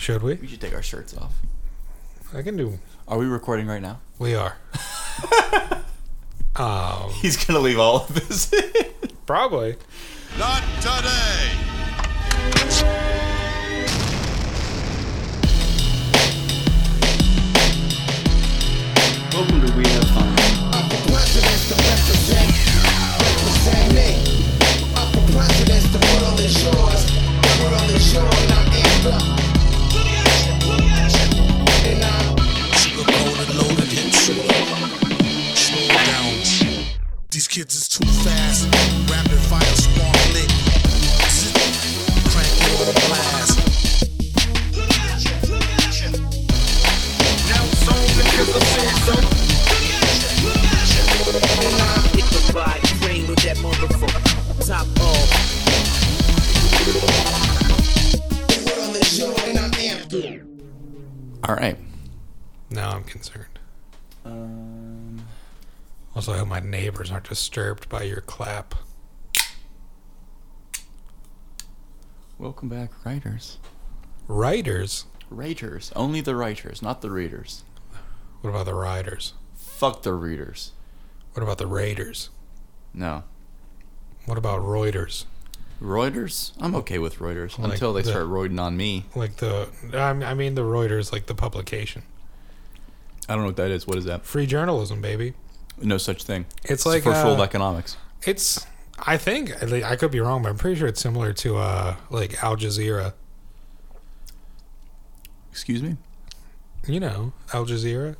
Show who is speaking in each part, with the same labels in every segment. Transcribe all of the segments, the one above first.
Speaker 1: Should we?
Speaker 2: We should take our shirts off.
Speaker 1: I can do.
Speaker 2: Are we recording right now?
Speaker 1: We are. um,
Speaker 2: He's gonna leave all of this.
Speaker 1: probably.
Speaker 3: Not today.
Speaker 2: Welcome to We Have Fun.
Speaker 4: These kids is too fast. Rapid fire spark lit. Zip. Crank on the blast. Now it's on because I said so.
Speaker 5: Hit the body, rain with that motherfucker. Top off.
Speaker 2: All right.
Speaker 1: Now I'm concerned. Also, I hope my neighbors aren't disturbed by your clap.
Speaker 2: Welcome back, writers.
Speaker 1: Writers?
Speaker 2: Writers. Only the writers, not the readers.
Speaker 1: What about the riders?
Speaker 2: Fuck the readers.
Speaker 1: What about the raiders?
Speaker 2: No.
Speaker 1: What about Reuters?
Speaker 2: Reuters? I'm okay with Reuters
Speaker 1: Like
Speaker 2: until they
Speaker 1: the-
Speaker 2: start roiding on me.
Speaker 1: Like the, I'm- I mean the Reuters, like the publication.
Speaker 2: I don't know what that is. What is that?
Speaker 1: Free journalism, baby.
Speaker 2: No such thing.
Speaker 1: It's like,
Speaker 2: for full
Speaker 1: uh,
Speaker 2: economics.
Speaker 1: It's, I think, at lea- I could be wrong, but I'm pretty sure it's similar to uh, like Al Jazeera.
Speaker 2: Excuse me.
Speaker 1: You know, Al Jazeera.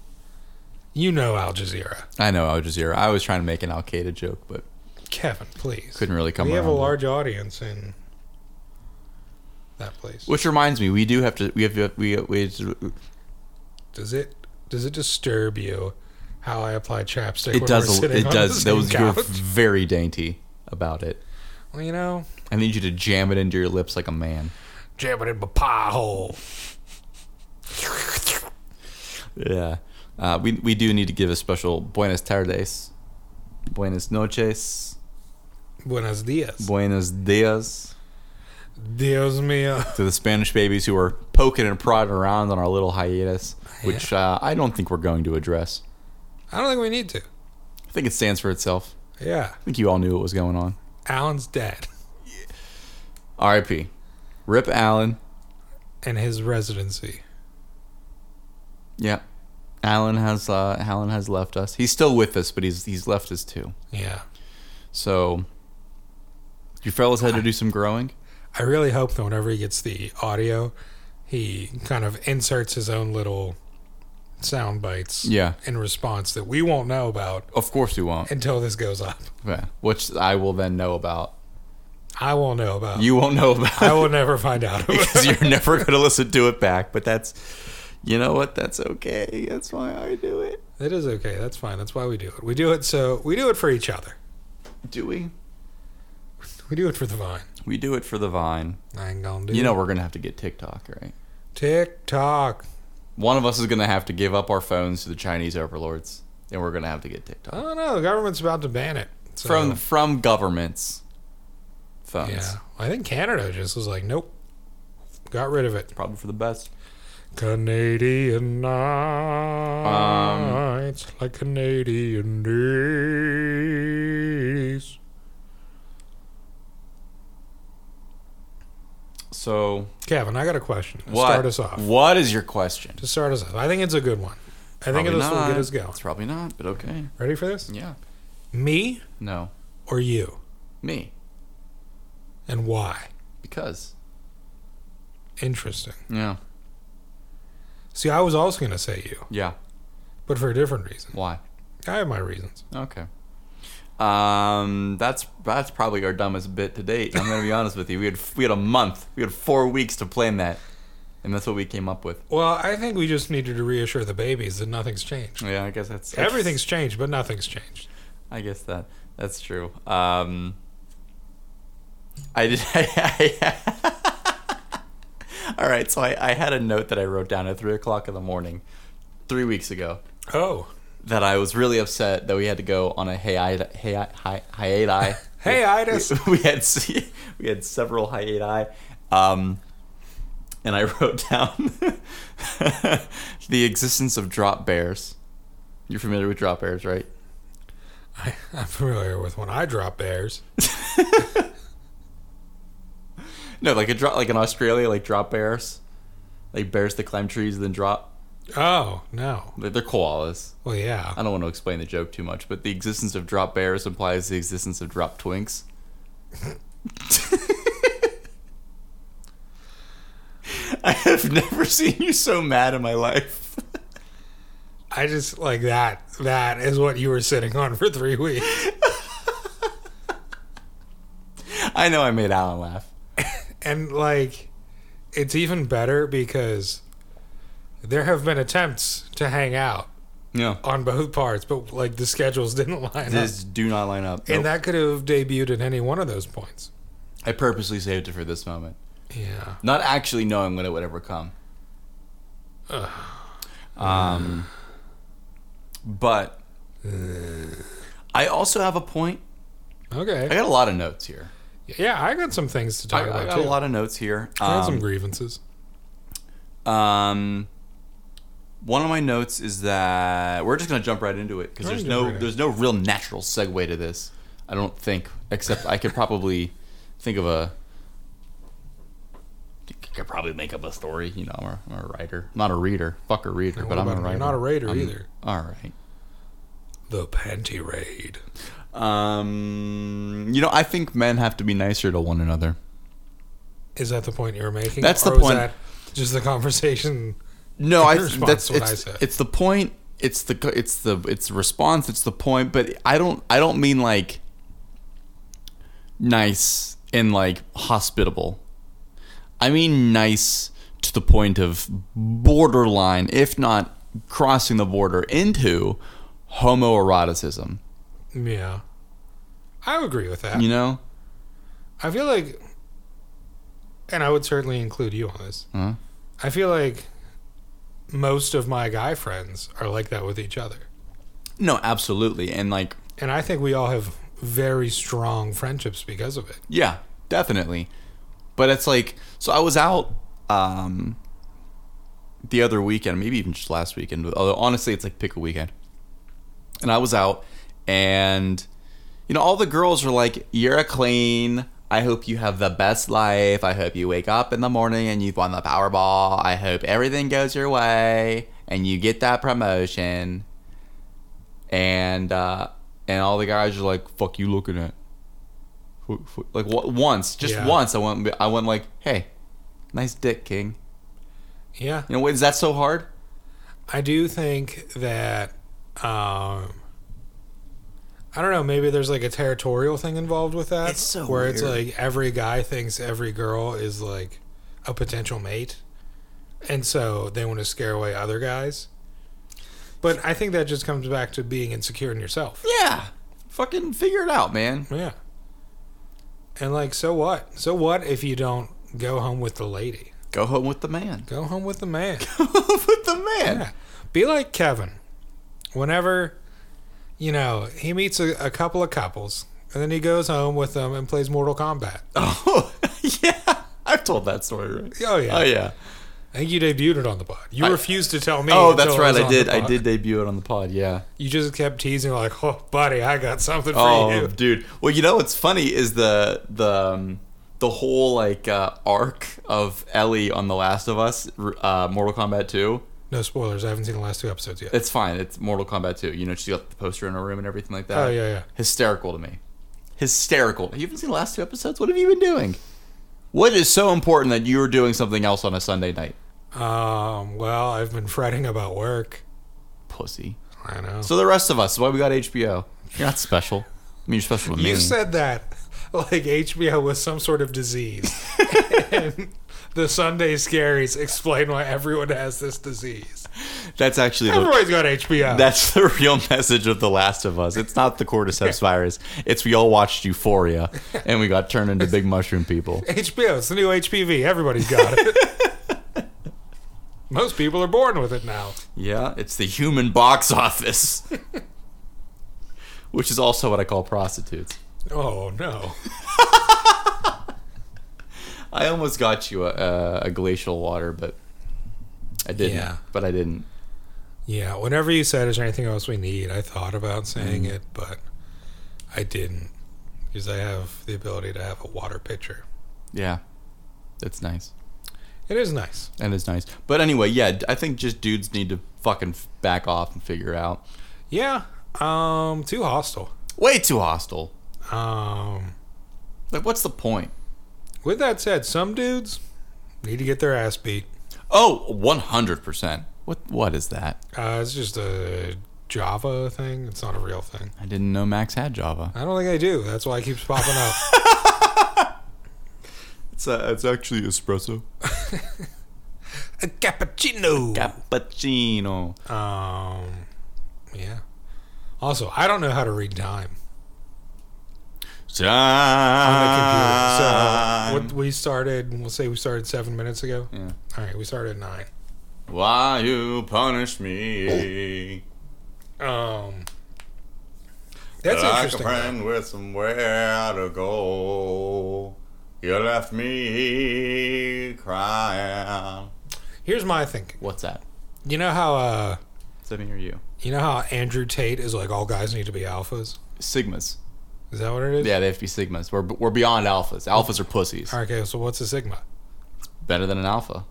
Speaker 1: You know Al Jazeera.
Speaker 2: I know Al Jazeera. I was trying to make an Al Qaeda joke, but
Speaker 1: Kevin, please.
Speaker 2: couldn't really come.
Speaker 1: we have a
Speaker 2: around.
Speaker 1: large audience in that place.
Speaker 2: Which reminds me, we do have to. We have to. We we.
Speaker 1: Does it does it disturb you how I apply chapstick?
Speaker 2: It
Speaker 1: when
Speaker 2: does.
Speaker 1: We're
Speaker 2: a-
Speaker 1: sitting
Speaker 2: It
Speaker 1: on
Speaker 2: does.
Speaker 1: The
Speaker 2: That
Speaker 1: same
Speaker 2: was you're
Speaker 1: couch?
Speaker 2: very dainty about it.
Speaker 1: Well, you know,
Speaker 2: I need you to jam it into your lips like a man.
Speaker 1: jam it in my pie hole.
Speaker 2: Yeah. Uh, we, we do need to give a special buenas tardes, buenas noches,
Speaker 1: Buenos dias.
Speaker 2: buenos dias
Speaker 1: Dios mío.
Speaker 2: to the Spanish babies who are poking and prodding around on our little hiatus, which uh, I don't think we're going to address.
Speaker 1: I don't think we need to.
Speaker 2: I think it stands for itself.
Speaker 1: Yeah,
Speaker 2: I think you all knew what was going on.
Speaker 1: Alan's dead,
Speaker 2: R.I.P. Rip Allen.
Speaker 1: and his residency.
Speaker 2: Yeah. Allen has uh, Allen has left us. He's still with us, but he's he's left us too.
Speaker 1: Yeah,
Speaker 2: So you fellas had to do some growing.
Speaker 1: I really hope that whenever he gets the audio, he kind of inserts his own little sound bites.
Speaker 2: Yeah.
Speaker 1: in response that we won't know about
Speaker 2: Of course we won't.
Speaker 1: until this goes up.
Speaker 2: Yeah. Which I will then know about.
Speaker 1: I won't know about.
Speaker 2: You won't know about
Speaker 1: I will never find out. about
Speaker 2: because you're never going to listen to it back. But that's, you know what? That's okay. That's why I do it.
Speaker 1: It is okay. That's fine. That's why we do it. We do it so we do it for each other.
Speaker 2: Do we?
Speaker 1: We do it for the vine.
Speaker 2: We do it for the vine.
Speaker 1: I ain't gonna do
Speaker 2: You know, we're going to have to get TikTok, right?
Speaker 1: Tick tock.
Speaker 2: One of us is going to have to give up our phones to the Chinese overlords, and we're going to have to get TikTok
Speaker 1: I don't know. The government's about to ban it. Oh, So,
Speaker 2: from from governments' phones.
Speaker 1: yeah, I think Canada just was like, nope, got rid of it.
Speaker 2: Probably for the best.
Speaker 1: Canadian nights
Speaker 2: Um,
Speaker 1: like Canadian days.
Speaker 2: So,
Speaker 1: Kevin, I got a question. To
Speaker 2: what?
Speaker 1: Start us off.
Speaker 2: What is your question?
Speaker 1: To start us off, I think it's a good one. I think
Speaker 2: Probably
Speaker 1: this will
Speaker 2: not.
Speaker 1: get us going.
Speaker 2: It's probably not, but okay.
Speaker 1: Ready for this?
Speaker 2: Yeah.
Speaker 1: Me
Speaker 2: No.
Speaker 1: or you,
Speaker 2: Me.
Speaker 1: and why?
Speaker 2: Because.
Speaker 1: Interesting.
Speaker 2: Yeah.
Speaker 1: See, I was also going to say you,
Speaker 2: Yeah.
Speaker 1: but for a different reason.
Speaker 2: Why?
Speaker 1: I have my reasons.
Speaker 2: Okay. Um, that's that's probably our dumbest bit to date. I'm gonna be honest with you. We had we had a month, we had four weeks to plan that, and that's what we came up with.
Speaker 1: Well, I think we just needed to reassure the babies that nothing's changed.
Speaker 2: Yeah, I guess that's that's-
Speaker 1: Everything's changed, but nothing's changed.
Speaker 2: I guess that that's true. Um, I did. all right, so I, I had a note that I wrote down at three o'clock in the morning, three weeks ago,
Speaker 1: Oh,
Speaker 2: that I was really upset that we had to go on a hiati- hiati- hi- hiati.
Speaker 1: Hiatus.
Speaker 2: We, we had se- we had several hiati. Um, and I wrote down the existence of drop bears. You're familiar with drop bears, right?
Speaker 1: I, I'm familiar with when I drop bears.
Speaker 2: No, like a drop, like in Australia, like drop bears, like bears that climb trees and then drop.
Speaker 1: Oh no.
Speaker 2: They're they're koalas.
Speaker 1: Well, yeah.
Speaker 2: I don't want to explain the joke too much, but the existence of drop bears implies the existence of drop twinks. I have never seen you so mad in my life.
Speaker 1: I just like that. That is what you were sitting on for three weeks,
Speaker 2: I know I made Alan laugh.
Speaker 1: and like, it's even better because there have been attempts to hang out
Speaker 2: No,
Speaker 1: on both parts, but like the schedules didn't line up.
Speaker 2: this do not line up.
Speaker 1: And
Speaker 2: Nope.
Speaker 1: that could have debuted at any one of those points.
Speaker 2: I purposely saved it for this moment,
Speaker 1: Yeah.
Speaker 2: not actually knowing when it would ever come. Um, but I also have a point. I
Speaker 1: Okay.
Speaker 2: got a lot of notes here.
Speaker 1: Yeah, I got some things to talk
Speaker 2: I, I
Speaker 1: about
Speaker 2: got
Speaker 1: too.
Speaker 2: a lot of notes here.
Speaker 1: I had
Speaker 2: Um,
Speaker 1: some grievances.
Speaker 2: Um, one of my notes is that we're just gonna jump right into it because
Speaker 1: Oh,
Speaker 2: there's
Speaker 1: jump
Speaker 2: no
Speaker 1: right in.
Speaker 2: there's no real natural segue to this. I don't think, except I could probably think of a. I could probably make up a story. You know, I'm a, I'm a writer, I'm not a reader. Fuck a reader, but
Speaker 1: what
Speaker 2: I'm a
Speaker 1: about- you're
Speaker 2: writer.
Speaker 1: not a raider
Speaker 2: I'm-
Speaker 1: either.
Speaker 2: All right.
Speaker 1: The panty raid.
Speaker 2: Um, you know, I think men have to be nicer to one another.
Speaker 1: Is that the point you were making?
Speaker 2: That's the
Speaker 1: was
Speaker 2: point.
Speaker 1: that just the conversation.
Speaker 2: No, I
Speaker 1: Your response
Speaker 2: that's
Speaker 1: to what
Speaker 2: it's,
Speaker 1: I said.
Speaker 2: it's the point. It's the it's the it's the response. It's the point. But I don't I don't mean like nice and like hospitable. I mean nice to the point of borderline, if not crossing the border into homoeroticism.
Speaker 1: Yeah. I agree with that.
Speaker 2: You know,
Speaker 1: I feel like, and I would certainly include you on this.
Speaker 2: Huh?
Speaker 1: I feel like most of my guy friends are like that with each other.
Speaker 2: no, absolutely, and like
Speaker 1: And I think we all have very strong friendships because of it.
Speaker 2: Yeah, definitely. But it's like so I was out um the other weekend, maybe even just last weekend. Although honestly, it's like pick a weekend. And I was out and you know all the girls were like you're a clean. I hope you have the best life. I hope you wake up in the morning and you've won the Powerball. I hope everything goes your way and you get that promotion. And uh and all the guys are like fuck you looking at Fu- fu- like wa- once, just
Speaker 1: Yeah.
Speaker 2: once, I went. I went like, "Hey, nice dick, King."
Speaker 1: Yeah.
Speaker 2: You know, is that so hard?
Speaker 1: I do think that um I don't know, maybe there's like a territorial thing involved with that.
Speaker 2: It's so
Speaker 1: where it's
Speaker 2: weird.
Speaker 1: like every guy thinks every girl is like a potential mate. And so they want to scare away other guys. But I think that just comes back to being insecure in yourself.
Speaker 2: Yeah, fucking figure it out, man.
Speaker 1: Yeah. And like so what? So what if you don't go home with the lady?
Speaker 2: Go home with the man.
Speaker 1: Go home with the man.
Speaker 2: with the man.
Speaker 1: Yeah. Be like Kevin. Whenever, you know, he meets a, a couple of couples and then he goes home with them and plays Mortal Kombat.
Speaker 2: Oh, yeah. I've told that story, right?
Speaker 1: Oh, yeah.
Speaker 2: Oh yeah.
Speaker 1: I think you debuted it on the pod. You
Speaker 2: I-
Speaker 1: refused to tell me.
Speaker 2: Oh,
Speaker 1: until
Speaker 2: that's
Speaker 1: it was
Speaker 2: right. I
Speaker 1: on the
Speaker 2: did. I
Speaker 1: pod.
Speaker 2: did debut it on the pod. Yeah.
Speaker 1: You just kept teasing, like, oh, buddy, I got something for
Speaker 2: Oh,
Speaker 1: you.
Speaker 2: dude. Well, you know what's funny is the the um, the whole like uh, arc of Ellie on The Last of Us, r- uh, Mortal Kombat Two.
Speaker 1: No spoilers. I haven't seen the last two episodes yet.
Speaker 2: It's fine. It's Mortal Kombat 2. You know, she got the poster in her room and everything like that.
Speaker 1: Oh, yeah, yeah.
Speaker 2: Hysterical to me. Hysterical. You haven't seen the last two episodes? What have you been doing? What is so important that you're doing something else on a Sunday night?
Speaker 1: Um, well, I've been fretting about work.
Speaker 2: Pussy.
Speaker 1: I know.
Speaker 2: So the rest of us, why we got HBO. You're not special. I mean, you're special to me.
Speaker 1: you said that like HBO was some sort of disease. and the Sunday Scaries explain why everyone has this disease.
Speaker 2: That's actually the,
Speaker 1: Everybody's got HBO.
Speaker 2: that's the real message of The Last of Us. It's not the cordyceps virus. It's we all watched Euphoria and we got turned into big mushroom people.
Speaker 1: HBO. It's the new HPV. Everybody's got it. Most people are born with it now.
Speaker 2: Yeah, it's the human box office, which is also what I call prostitutes.
Speaker 1: Oh no!
Speaker 2: I almost got you a, a glacial water, but I didn't.
Speaker 1: Yeah.
Speaker 2: But I didn't.
Speaker 1: Yeah, whenever you said, is there anything else we need? I thought about saying it, but I didn't. Because I have the ability to have a water pitcher.
Speaker 2: Yeah, that's nice.
Speaker 1: It is nice.
Speaker 2: That is nice. But anyway, yeah, I think just dudes need to fucking f- back off and figure it out.
Speaker 1: Yeah, um, too hostile.
Speaker 2: Way too hostile.
Speaker 1: Um,
Speaker 2: Like, what's the point?
Speaker 1: with that said, some dudes need to get their ass beat.
Speaker 2: Oh, 100%. What What is that?
Speaker 1: Uh, it's just a Java thing. It's not a real thing.
Speaker 2: I didn't know Max had Java.
Speaker 1: I don't think I do. That's why it keeps popping up.
Speaker 2: It's, uh, it's actually espresso.
Speaker 1: a cappuccino.
Speaker 2: Cappuccino.
Speaker 1: um, yeah. Also, I don't know how to read time. on the computer. So what we started, we'll say we started seven minutes ago.
Speaker 2: Um, Yeah.
Speaker 1: All right, we started at nine.
Speaker 2: Why you punish me?
Speaker 1: Um, that's interesting. though.
Speaker 2: with somewhere to go. You left me crying.
Speaker 1: Here's my thinking.
Speaker 2: What's that?
Speaker 1: You know how uh,
Speaker 2: Is that me or you?
Speaker 1: you know how Andrew Tate is like all guys need to be alphas.
Speaker 2: Sigmas.
Speaker 1: Is that what it is?
Speaker 2: Yeah, they have to be sigmas. We're, we're beyond alphas. Alphas are pussies.
Speaker 1: Okay, so what's a sigma?
Speaker 2: Better than an alpha.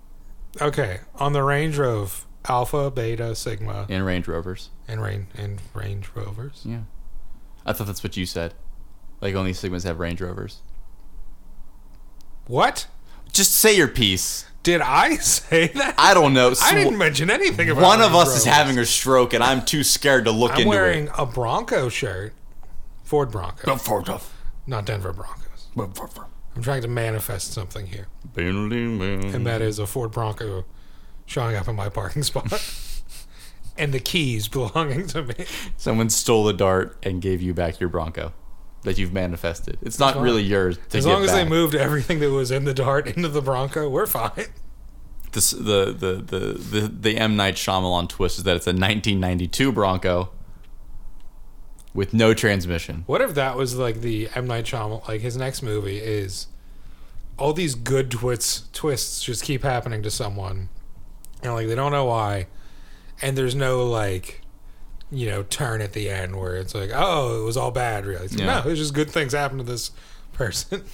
Speaker 1: Okay, on the range of alpha, beta, sigma,
Speaker 2: And Range Rovers.
Speaker 1: and range and Range Rovers.
Speaker 2: Yeah. I thought that's what you said. Like only sigmas have Range Rovers.
Speaker 1: What
Speaker 2: Just say your piece.
Speaker 1: did I say that?
Speaker 2: I don't know.
Speaker 1: I
Speaker 2: Sw-
Speaker 1: didn't mention anything about
Speaker 2: One of
Speaker 1: Range
Speaker 2: us
Speaker 1: Rovers.
Speaker 2: is having a stroke, and I'm too scared to look
Speaker 1: I'm
Speaker 2: into
Speaker 1: wearing
Speaker 2: it.
Speaker 1: a Bronco shirt, Ford Bronco.
Speaker 2: Before-
Speaker 1: not Denver Broncos. I'm trying to manifest something here, and
Speaker 2: Mm.
Speaker 1: that is a Ford Bronco showing up in my parking spot, and the keys belonging to me.
Speaker 2: Someone stole a dart and gave you back your Bronco that you've manifested. It's not
Speaker 1: long-
Speaker 2: really yours. To
Speaker 1: As
Speaker 2: get
Speaker 1: long as they
Speaker 2: back.
Speaker 1: moved everything that was in the Dart into the Bronco, we're fine.
Speaker 2: This- the, the the the the M Night Shyamalan twist is that it's a 1992 Bronco with no transmission.
Speaker 1: What if that was like the M Night Shyamalan? Like his next movie is all these good twists twists just keep happening to someone, and like they don't know why, and there's no like. You know, turn at the end where it's like, oh, it was all bad, really. It's like,
Speaker 2: Yeah.
Speaker 1: No, it's just good things happen to this person.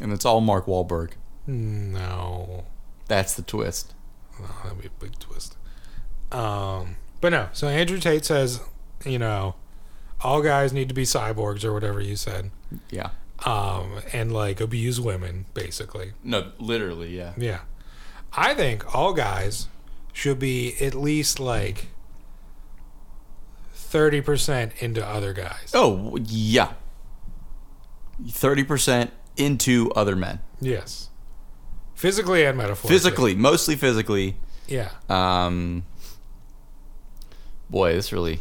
Speaker 2: And it's all Mark Wahlberg.
Speaker 1: No,
Speaker 2: That's the twist.
Speaker 1: Oh, that'd be a big twist. Um, but no. So Andrew Tate says, you know, all guys need to be cyborgs or whatever you said,
Speaker 2: Yeah.
Speaker 1: um, and like abuse women basically.
Speaker 2: No, literally, yeah.
Speaker 1: Yeah, I think all guys should be at least like thirty percent into other guys.
Speaker 2: Oh, yeah. 30% into other men.
Speaker 1: Yes, physically and metaphorically.
Speaker 2: Physically, mostly physically.
Speaker 1: yeah.
Speaker 2: Um, boy, this really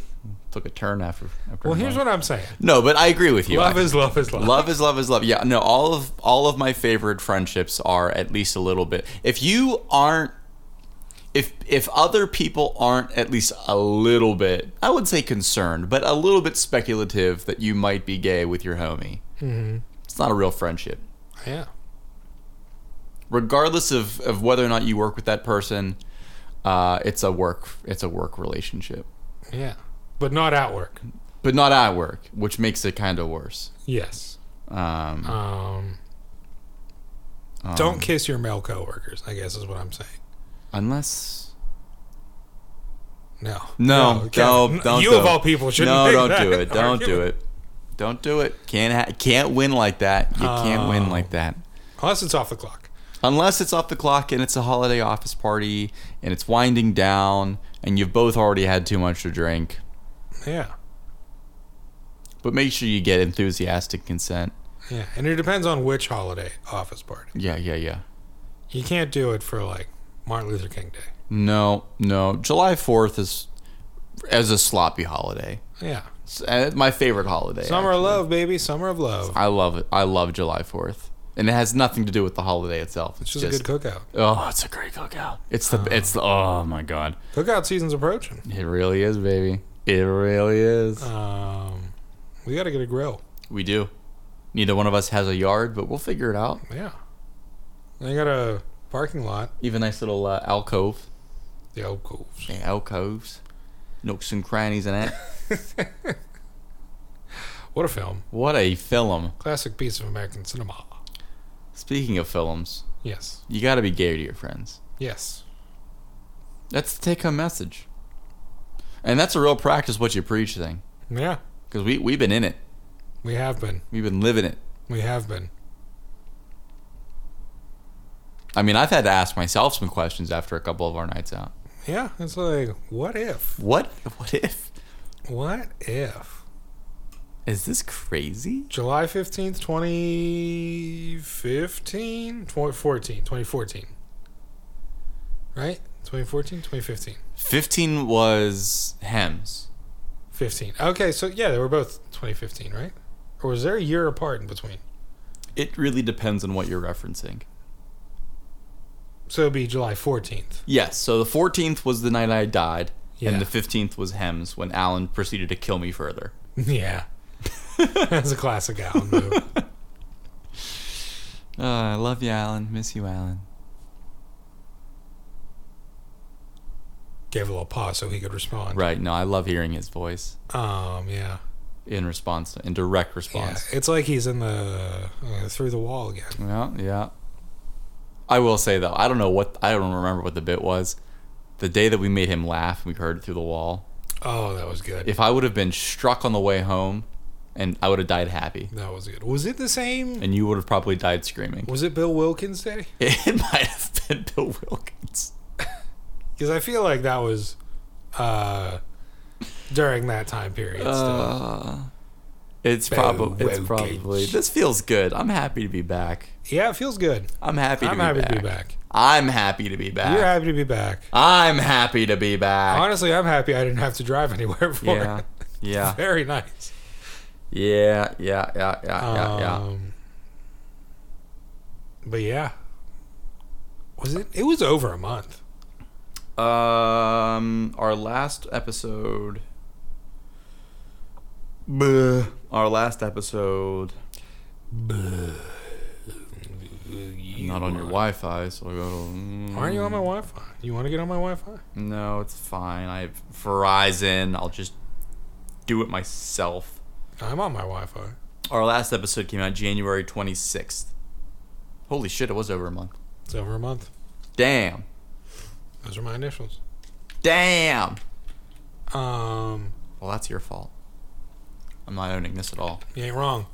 Speaker 2: took a turn after. after
Speaker 1: Well,
Speaker 2: mine.
Speaker 1: here's what I'm saying.
Speaker 2: No, but I agree with you.
Speaker 1: Love
Speaker 2: I-
Speaker 1: is love is love.
Speaker 2: love is love is love. Yeah, no, all of all of my favorite friendships are at least a little bit. If you aren't, if if other people aren't at least a little bit, I would say concerned, but a little bit speculative that you might be gay with your homie.
Speaker 1: Mm-hmm.
Speaker 2: It's not a real friendship
Speaker 1: Yeah.
Speaker 2: regardless of, of whether or not you work with that person, uh, it's a work it's a work relationship,
Speaker 1: Yeah. But not at work.
Speaker 2: but not at work, which makes it kind of worse.
Speaker 1: Yes.
Speaker 2: Um,
Speaker 1: Um, don't kiss your male coworkers. I guess is what I'm saying.
Speaker 2: unless
Speaker 1: No,
Speaker 2: no,
Speaker 1: Kevin,
Speaker 2: no, don't.
Speaker 1: you
Speaker 2: do
Speaker 1: of
Speaker 2: it.
Speaker 1: all people shouldn't.
Speaker 2: No,
Speaker 1: make
Speaker 2: don't
Speaker 1: that
Speaker 2: do it. Don't do
Speaker 1: argument.
Speaker 2: it. Don't do it. Can't ha- can't win like that. You can't win like
Speaker 1: Oh.
Speaker 2: that.
Speaker 1: Unless it's off the clock.
Speaker 2: Unless it's off the clock and it's a holiday office party and it's winding down and you've both already had too much to drink.
Speaker 1: Yeah,
Speaker 2: But make sure you get enthusiastic consent.
Speaker 1: yeah, and it depends on which holiday office party.
Speaker 2: Yeah, yeah, yeah.
Speaker 1: You can't do it for like Martin Luther King Day.
Speaker 2: No, no. July Fourth is as a sloppy holiday.
Speaker 1: Yeah,
Speaker 2: It's uh, my favorite holiday.
Speaker 1: summer of
Speaker 2: actually.
Speaker 1: love, baby, summer of love.
Speaker 2: I love it. I love July Fourth, and it has nothing to do with the holiday itself. It's
Speaker 1: It's just a good cookout.
Speaker 2: Oh, it's a great cookout. It's the. it's the. Oh my god.
Speaker 1: Cookout season's approaching.
Speaker 2: It really is, baby. It really is.
Speaker 1: Um, we got to get a grill.
Speaker 2: we do. Neither one of us has a yard, but we'll figure it out.
Speaker 1: Yeah, They got a parking lot.
Speaker 2: You have a nice little uh, alcove.
Speaker 1: The old coves.
Speaker 2: Yeah, alcoves. Nooks and crannies in it.
Speaker 1: What a film.
Speaker 2: what a film.
Speaker 1: Classic piece of American cinema.
Speaker 2: Speaking of films,
Speaker 1: Yes.
Speaker 2: you gotta be gay to your friends.
Speaker 1: Yes.
Speaker 2: That's the take home message. And that's a real practice what you preach thing.
Speaker 1: Yeah.
Speaker 2: Because we, we've been in it,
Speaker 1: We have been.
Speaker 2: we've been living it.
Speaker 1: We have been.
Speaker 2: I mean, I've had to ask myself some questions after a couple of our nights out.
Speaker 1: Yeah. It's like, what if?
Speaker 2: What? What if?
Speaker 1: What if?
Speaker 2: Is this crazy?
Speaker 1: July 15th, 2015? 2014. 2014. Right? 2014? 2015.
Speaker 2: 15 was Hems.
Speaker 1: 15. Okay, so yeah, they were both 2015, right? Or was there a year apart in between?
Speaker 2: It really depends on what you're referencing.
Speaker 1: So it'd be July 14th.
Speaker 2: Yes, so the 14th was the night I died,
Speaker 1: Yeah.
Speaker 2: and the 15th was Hems when Alan proceeded to kill me further.
Speaker 1: Yeah. That's a classic Alan move.
Speaker 2: Uh, I love you, Alan. Miss you, Alan.
Speaker 1: Gave a little pause so he could respond.
Speaker 2: Right, no, I love hearing his voice
Speaker 1: Um, yeah.
Speaker 2: in response, in direct
Speaker 1: Yeah.
Speaker 2: response.
Speaker 1: It's like he's in the uh, through the wall again.
Speaker 2: Yeah, yeah. I will say though, I don't know what I don't remember what the bit was. The day that we made him laugh, we heard it through the wall.
Speaker 1: Oh, that was good.
Speaker 2: If I would have been struck on the way home, and I would have died happy,
Speaker 1: that was good. Was it the same?
Speaker 2: and you would have probably died screaming.
Speaker 1: Was it Bill Wilkins Day?
Speaker 2: It might have been Bill Wilkins.
Speaker 1: Because I feel like that was uh, during that time period.
Speaker 2: Uh,
Speaker 1: still.
Speaker 2: It's
Speaker 1: Bill
Speaker 2: probably. It's
Speaker 1: Wilkins.
Speaker 2: probably. This feels good. I'm happy to be back.
Speaker 1: Yeah, it feels good.
Speaker 2: I'm happy. To
Speaker 1: I'm
Speaker 2: be
Speaker 1: happy
Speaker 2: back.
Speaker 1: to be back.
Speaker 2: I'm happy to be back.
Speaker 1: You're happy to be back.
Speaker 2: I'm happy to be back.
Speaker 1: Honestly, I'm happy I didn't have to drive anywhere for
Speaker 2: Uh, yeah.
Speaker 1: it.
Speaker 2: Yeah.
Speaker 1: Very nice.
Speaker 2: Yeah, yeah, yeah, yeah, yeah, yeah.
Speaker 1: Um, But yeah, was it? It was over a month.
Speaker 2: Um, our last episode. Bleh. Our last episode. I'm not on your Wi-Fi, so I go. To,
Speaker 1: Why aren't you on my Wi-Fi? You want to get on my Wi-Fi?
Speaker 2: No, it's fine. I have Verizon. I'll just do it myself.
Speaker 1: I'm on my Wi-Fi.
Speaker 2: Our last episode came out January 26th. Holy shit! It was over a month.
Speaker 1: It's over a month.
Speaker 2: Damn.
Speaker 1: Those are my initials.
Speaker 2: Damn.
Speaker 1: Um,
Speaker 2: Well, that's your fault. I'm not owning this at all.
Speaker 1: you ain't wrong.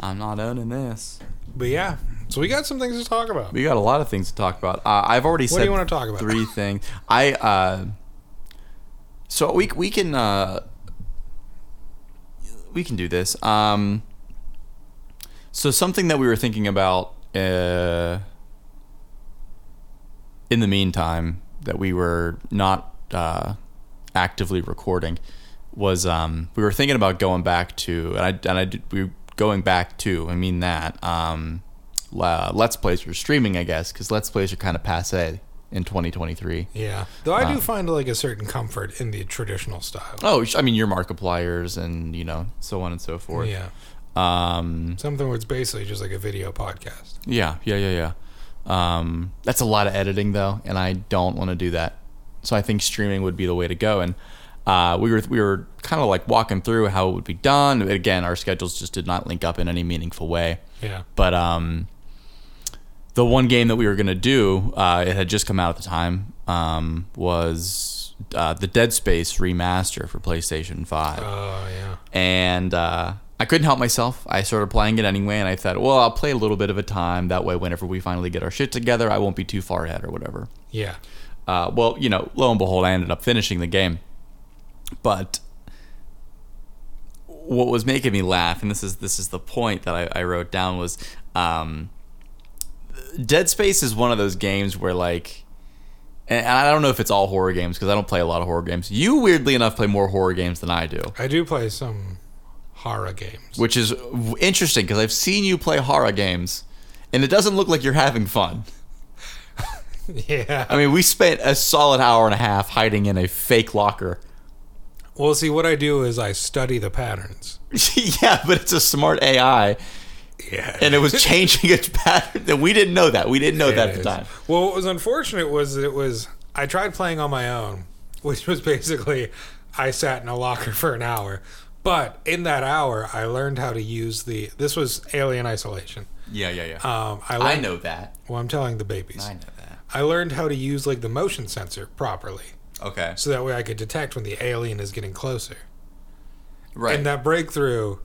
Speaker 2: I'm not owning this.
Speaker 1: But yeah, so we got some things to talk about.
Speaker 2: We got a lot of things to talk about. Uh, I've already
Speaker 1: do
Speaker 2: said
Speaker 1: you wanna talk about?
Speaker 2: three things. I uh, so we we can uh, we can do this. Um, so something that we were thinking about uh, in the meantime that we were not uh, actively recording was um, we were thinking about going back to and I and I did, we were going back to I mean that um, la- Let's Plays are streaming I guess because Let's Plays are kind of passe in 2023.
Speaker 1: Yeah, though I do find like a certain comfort in the traditional style.
Speaker 2: Uh. Oh, I mean your Markipliers and you know so on and so forth.
Speaker 1: Yeah,
Speaker 2: Um,
Speaker 1: something where it's basically just like a video podcast.
Speaker 2: Yeah, yeah, yeah, yeah. Um, that's a lot of editing though, and I don't want to do that. So I think streaming would be the way to go. And uh, we were we were kind of like walking through how it would be done. Again, our schedules just did not link up in any meaningful way.
Speaker 1: Yeah,
Speaker 2: But um, the one game that we were gonna do, uh, it had just come out at the time, um, was uh, the Dead Space remaster for PlayStation Five
Speaker 1: oh yeah,
Speaker 2: and uh, I couldn't help myself. I started playing it anyway, and I thought, well, I'll play a little bit of a time. That way, whenever we finally get our shit together, I won't be too far ahead or whatever.
Speaker 1: yeah.
Speaker 2: Uh, well, you know, lo and behold, I ended up finishing the game. But what was making me laugh, and this is this is the point that I, I wrote down was, um, Dead Space is one of those games where like, and, and I don't know if it's all horror games because I don't play a lot of horror games. You weirdly enough play more horror games than I do.
Speaker 1: I do play some horror games.
Speaker 2: which is w- interesting because I've seen you play horror games, and it doesn't look like you're having fun.
Speaker 1: Yeah.
Speaker 2: I mean, we spent a solid hour and a half hiding in a fake locker.
Speaker 1: Well, see, what I do is I study the patterns.
Speaker 2: yeah, but it's a smart AI
Speaker 1: Yeah.
Speaker 2: and it was changing its pattern. And we didn't know that. We didn't know that at the
Speaker 1: It
Speaker 2: time.
Speaker 1: is. Well, what was unfortunate was that it was I tried playing on my own, which was basically I sat in a locker for an hour. But in that hour, I learned how to use the. This was Alien Isolation.
Speaker 2: Yeah, yeah, yeah.
Speaker 1: Um, I,
Speaker 2: Uh, I
Speaker 1: learned,
Speaker 2: know that.
Speaker 1: Well, I'm telling the babies.
Speaker 2: I know that.
Speaker 1: I learned how to use like the motion sensor properly,
Speaker 2: Okay.
Speaker 1: so that way I could detect when the alien is getting closer.
Speaker 2: Right.
Speaker 1: And that breakthrough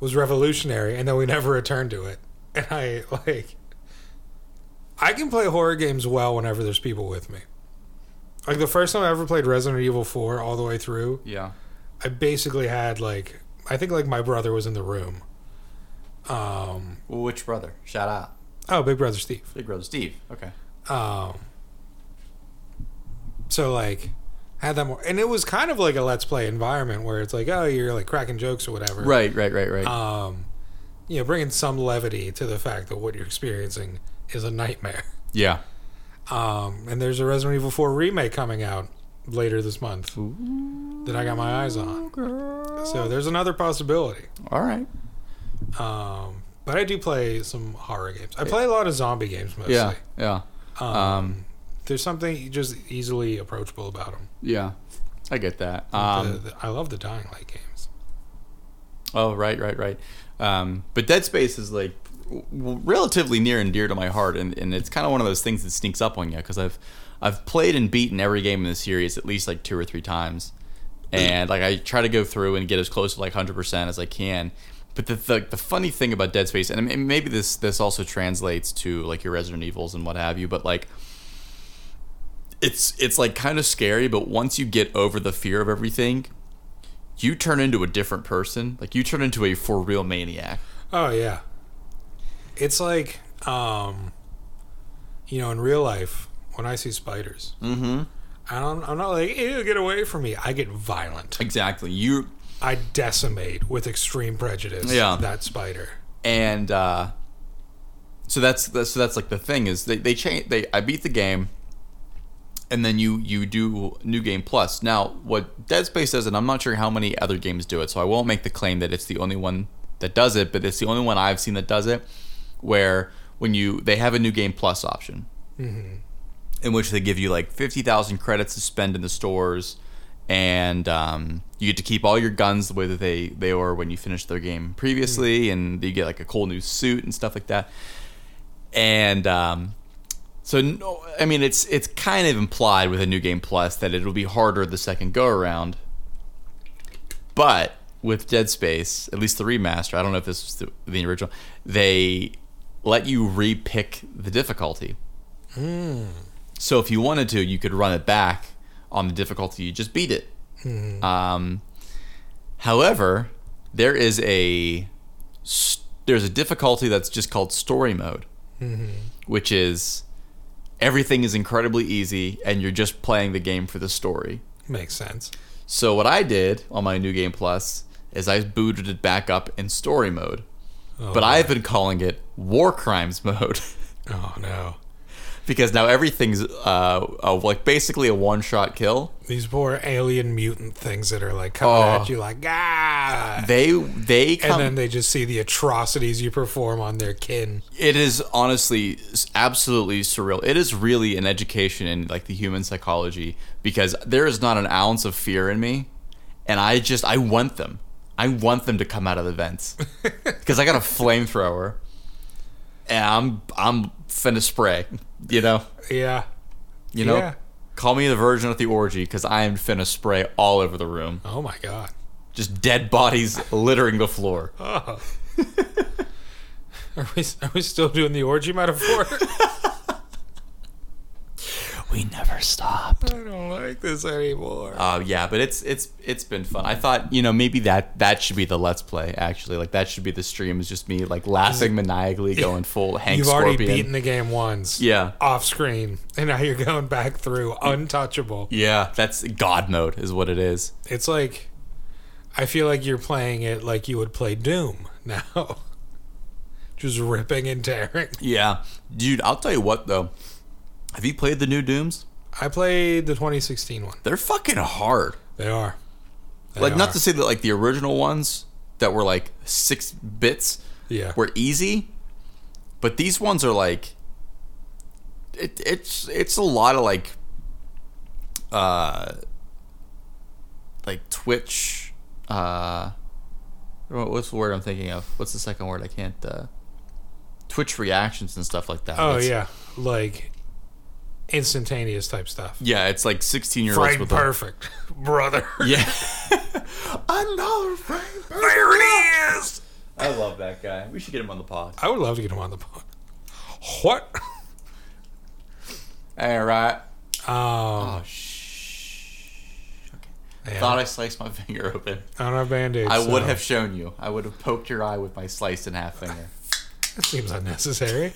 Speaker 1: was revolutionary, and then we never returned to it. And I like, I can play horror games well whenever there's people with me. Like the first time I ever played Resident Evil 4 all the way through,
Speaker 2: yeah.
Speaker 1: I basically had like, I think like my brother was in the room. Um,
Speaker 2: Well, which brother? Shout out.
Speaker 1: oh, Big Brother Steve.
Speaker 2: Big brother Steve. Okay.
Speaker 1: Um, so like had that more, and it was kind of like a let's play environment where it's like, oh, you're like cracking jokes or whatever,
Speaker 2: Right, right, right, right.
Speaker 1: Um, you know, bringing some levity to the fact that what you're experiencing is a nightmare.
Speaker 2: yeah.
Speaker 1: Um, and there's a Resident Evil 4 remake coming out later this month that I got my eyes on. So there's another possibility.
Speaker 2: All right.
Speaker 1: Um, but I do play some horror games. I play a lot of zombie games mostly.
Speaker 2: Yeah. Yeah. Um,
Speaker 1: There's something just easily approachable about them.
Speaker 2: yeah. I get that. Um,
Speaker 1: the, the, I love the Dying Light games.
Speaker 2: Oh, right, right, right. Um, but Dead Space is like w- w- relatively near and dear to my heart, and, and it's kind of one of those things that sneaks up on you because I've I've played and beaten every game in the series at least like two or three times, and like I try to go through and get as close to like hundred percent as I can. But the, the the funny thing about Dead Space, and I mean, maybe this this also translates to like your Resident Evils and what have you, but like it's it's like kind of scary, but once you get over the fear of everything, you turn into a different person. Like you turn into a for real maniac.
Speaker 1: Oh yeah. It's like um you know, in real life, when I see spiders, mm-hmm. I don't I'm not like, ew, get away from me. I get violent.
Speaker 2: Exactly. You
Speaker 1: I decimate with extreme prejudice
Speaker 2: Yeah.
Speaker 1: that spider.
Speaker 2: and uh, so that's, that's so that's like the thing is they they change they I beat the game, and then you you do new game plus. Now what Dead Space does, and I'm not sure how many other games do it, so I won't make the claim that it's the only one that does it, but it's the only one I've seen that does it, where when you they have a new game plus option. in which they give you like 50,000 credits to spend in the stores and um, you get to keep all your guns the way that they, they were when you finished their game previously and you get like a cool new suit and stuff like that and um, so no, I mean it's it's kind of implied with a new game plus that it'll be harder the second go around but with Dead Space, at least the remaster, I don't know if this was the, the original, they let you repick the difficulty. So if you wanted to, you could run it back on the difficulty you just beat it. Um, however, there is a s- there's a difficulty that's just called story mode, which is everything is incredibly easy and you're just playing the game for the story.
Speaker 1: Makes sense.
Speaker 2: So what I did on my new game plus is I booted it back up in story mode. but I've been calling it war crimes mode
Speaker 1: Oh no.
Speaker 2: because now everything's uh, uh like basically a one shot kill.
Speaker 1: These poor alien mutant things that are like coming
Speaker 2: Oh.
Speaker 1: at you like ah
Speaker 2: They they
Speaker 1: and
Speaker 2: come
Speaker 1: then they just see the atrocities you perform on their kin.
Speaker 2: it is honestly s- absolutely surreal. It is really an education in like the human psychology because there is not an ounce of fear in me, and I just I want them. I want them to come out of the vents because I got a flamethrower, and I'm I'm finna spray. You know,
Speaker 1: Yeah.
Speaker 2: you know.
Speaker 1: Yeah.
Speaker 2: Call me the virgin at the orgy because I am finna spray all over the room,
Speaker 1: Oh my god.
Speaker 2: just dead bodies littering the floor.
Speaker 1: Are we are we still doing the orgy metaphor?
Speaker 2: We never stopped.
Speaker 1: I don't like this anymore.
Speaker 2: Uh, yeah, but it's it's it's been fun. I thought you know maybe that that should be the let's play actually. Like that should be the stream is just me like laughing maniacally, going full Hank
Speaker 1: You've
Speaker 2: Scorpion.
Speaker 1: already beaten the game once.
Speaker 2: Yeah.
Speaker 1: Off screen. And now you're going back through untouchable.
Speaker 2: yeah, that's God mode is what it is.
Speaker 1: It's like I feel like you're playing it like you would play Doom now. Just ripping and tearing.
Speaker 2: Yeah, dude. I'll tell you what though. Have you played the new Dooms?
Speaker 1: I played the 2016 one.
Speaker 2: They're fucking hard.
Speaker 1: They are. They
Speaker 2: like not
Speaker 1: are.
Speaker 2: to say that like the original ones that were like six bits
Speaker 1: Yeah.
Speaker 2: were easy, but these ones are like it, it's it's a lot of like uh like Twitch uh what- what's the word I'm thinking of? What's the second word? I can't uh Twitch reactions and stuff like that.
Speaker 1: Oh
Speaker 2: It's-
Speaker 1: yeah, like instantaneous type stuff.
Speaker 2: Yeah, it's like 16 year olds
Speaker 1: Frame
Speaker 2: with
Speaker 1: perfect, brother.
Speaker 2: a Yeah. Another frame perfect.
Speaker 1: There it is.
Speaker 2: I love that guy. We should get him on the pod.
Speaker 1: I would love to get him on the pod. What?
Speaker 2: All right.
Speaker 1: Um,
Speaker 2: Oh shh. Okay.
Speaker 1: yeah.
Speaker 2: Thought I sliced my finger open.
Speaker 1: I don't have band-aids.
Speaker 2: I would
Speaker 1: so
Speaker 2: have shown you. I would have poked your eye with my sliced in half finger.
Speaker 1: That seems unnecessary.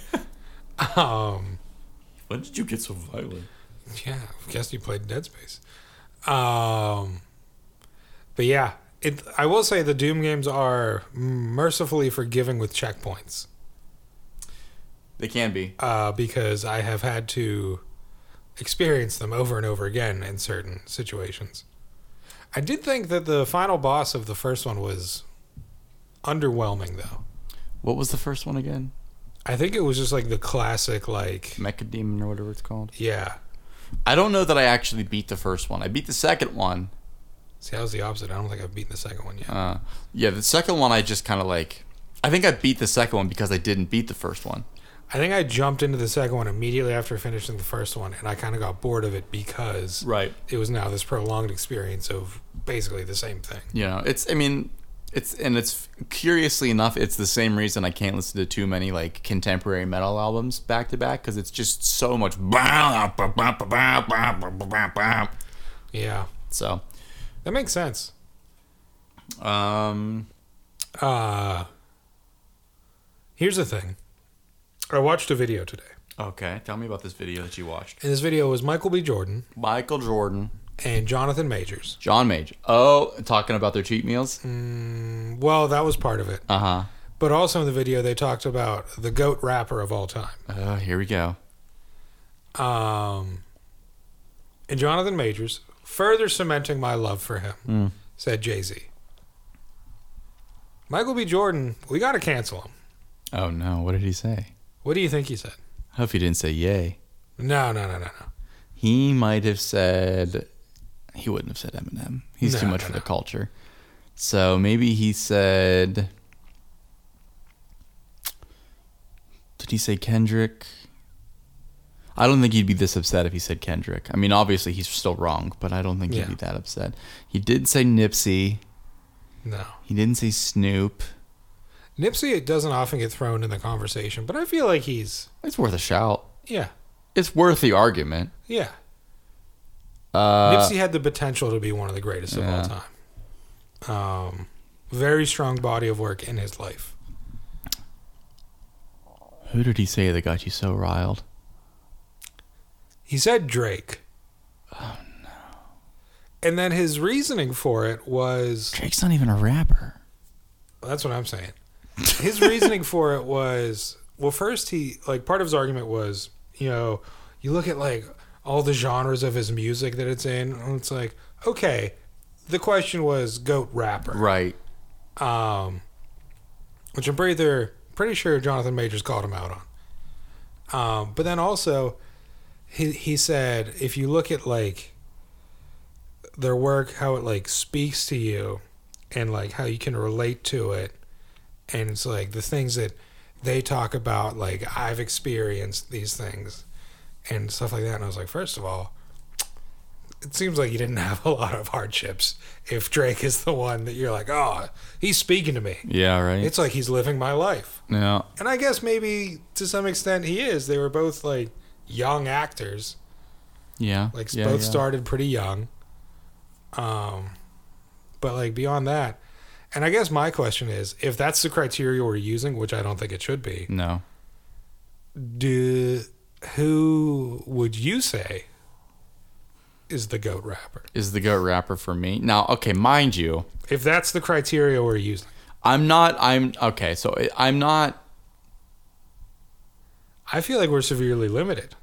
Speaker 1: um,
Speaker 2: When did you get so violent?
Speaker 1: yeah, I guess you played Dead Space. Um, but yeah, it. I will say the Doom games are mercifully forgiving with checkpoints.
Speaker 2: They can be.
Speaker 1: uh, because I have had to experience them over and over again in certain situations. I did think that the final boss of the first one was underwhelming, though.
Speaker 2: What was the first one again?
Speaker 1: I think it was just like the classic, like,
Speaker 2: Mecha Demon or whatever it's called.
Speaker 1: yeah.
Speaker 2: I don't know that I actually beat the first one. I beat the second one.
Speaker 1: See, I was the opposite. I don't think I've beaten the second one yet.
Speaker 2: Uh, yeah, the second one I just kind of like. I think I beat the second one because I didn't beat the first one.
Speaker 1: I think I jumped into the second one immediately after finishing the first one, and I kind of got bored of it because
Speaker 2: Right.
Speaker 1: it was now this prolonged experience of basically the same thing.
Speaker 2: You know, it's. I mean, it's and it's curiously enough, it's the same reason I can't listen to too many like contemporary metal albums back to back because it's just so much.
Speaker 1: Yeah.
Speaker 2: So,
Speaker 1: That makes sense.
Speaker 2: um,
Speaker 1: Uh, here's the thing. I watched a video today,
Speaker 2: okay, tell me about this video that you watched.
Speaker 1: and this video was Michael B. Jordan
Speaker 2: Michael Jordan,
Speaker 1: and Jonathan Majors.
Speaker 2: John Mage. Oh, talking about their cheat meals.
Speaker 1: Well, that was part of it.
Speaker 2: Uh huh.
Speaker 1: But also in the video, they talked about the GOAT rapper of all time.
Speaker 2: Oh, here we go.
Speaker 1: Um, and Jonathan Majors, further cementing my love for him, said Jay Z. Michael B. Jordan, we got to cancel him.
Speaker 2: Oh no, what did he say?
Speaker 1: What do you think he said?
Speaker 2: I hope he didn't say yay.
Speaker 1: No, no, no, no, no.
Speaker 2: He might have said. He wouldn't have said Eminem. He's too
Speaker 1: No,
Speaker 2: much
Speaker 1: no,
Speaker 2: for
Speaker 1: no.
Speaker 2: the culture. So maybe he said. Did he say Kendrick? I don't think he'd be this upset if he said Kendrick. I mean, obviously he's still wrong, but I don't think he'd
Speaker 1: Yeah.
Speaker 2: be that upset. He did say Nipsey.
Speaker 1: No.
Speaker 2: He didn't say Snoop.
Speaker 1: Nipsey it doesn't often get thrown in the conversation, but I feel like he's,
Speaker 2: It's worth a shout.
Speaker 1: yeah.
Speaker 2: It's worth the argument.
Speaker 1: Yeah.
Speaker 2: Uh,
Speaker 1: Nipsey had the potential to be one of the greatest of all time. Um, very strong body of work in his life.
Speaker 2: Who did he say that got you so riled?
Speaker 1: He said Drake. Oh no. And then his reasoning for it was
Speaker 2: Drake's not even a rapper.
Speaker 1: that's what I'm saying. His reasoning for it was well first he like part of his argument was, you know, you look at like all the genres of his music that it's in and it's like, okay, the question was goat rapper.
Speaker 2: Right.
Speaker 1: um, which I'm pretty there, pretty sure Jonathan Majors called him out on. Um, but then also, he he said if you look at like their work, how it like speaks to you, and like how you can relate to it, and it's like the things that they talk about, like I've experienced these things and stuff like that. And I was like, first of all. It seems like you didn't have a lot of hardships. If Drake is the one that you're like, oh, he's speaking to me.
Speaker 2: Yeah, right.
Speaker 1: It's like he's living my life.
Speaker 2: yeah.
Speaker 1: And I guess maybe to some extent he is. They were both like young actors.
Speaker 2: Yeah.
Speaker 1: Like
Speaker 2: yeah,
Speaker 1: both
Speaker 2: yeah.
Speaker 1: started pretty young. Um but like beyond that, and I guess my question is if that's the criteria we're using, which I don't think it should be,
Speaker 2: No.
Speaker 1: do who would you say is the goat rapper?
Speaker 2: Is the goat rapper for me? Now, okay, mind you,
Speaker 1: If that's the criteria we're using.
Speaker 2: I'm not I'm okay, so I- I'm not
Speaker 1: I feel like we're severely limited.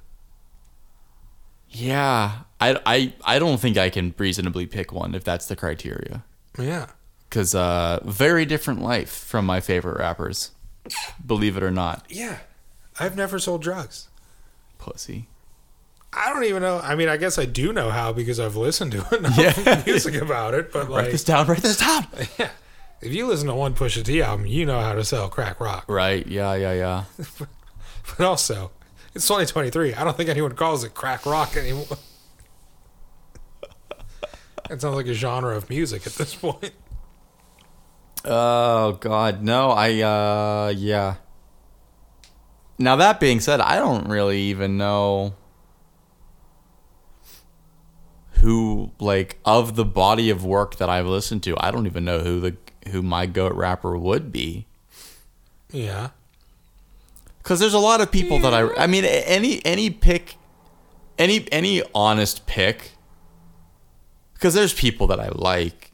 Speaker 2: yeah, I I I don't think I can reasonably pick one if that's the criteria.
Speaker 1: Yeah.
Speaker 2: Cuz uh very different life from my favorite rappers. Believe it or not,
Speaker 1: Yeah. I've never sold drugs.
Speaker 2: pussy.
Speaker 1: I don't even know. I mean, I guess I do know how because I've listened to enough
Speaker 2: Yeah.
Speaker 1: music about it. But
Speaker 2: write
Speaker 1: like,
Speaker 2: this down. Write this down.
Speaker 1: if you listen to one Pusha T album, you know how to sell crack rock.
Speaker 2: Right. Yeah. Yeah. Yeah.
Speaker 1: But also, it's 2023. I don't think anyone calls it crack rock anymore. It sounds like a genre of music at this point.
Speaker 2: Oh God, no! I uh, yeah. Now that being said, I don't really even know who like of the body of work that I've listened to. I don't even know who the who my goat rapper would be
Speaker 1: Yeah.
Speaker 2: because there's a lot of people that I I mean a- any any pick any any honest pick because there's people that I like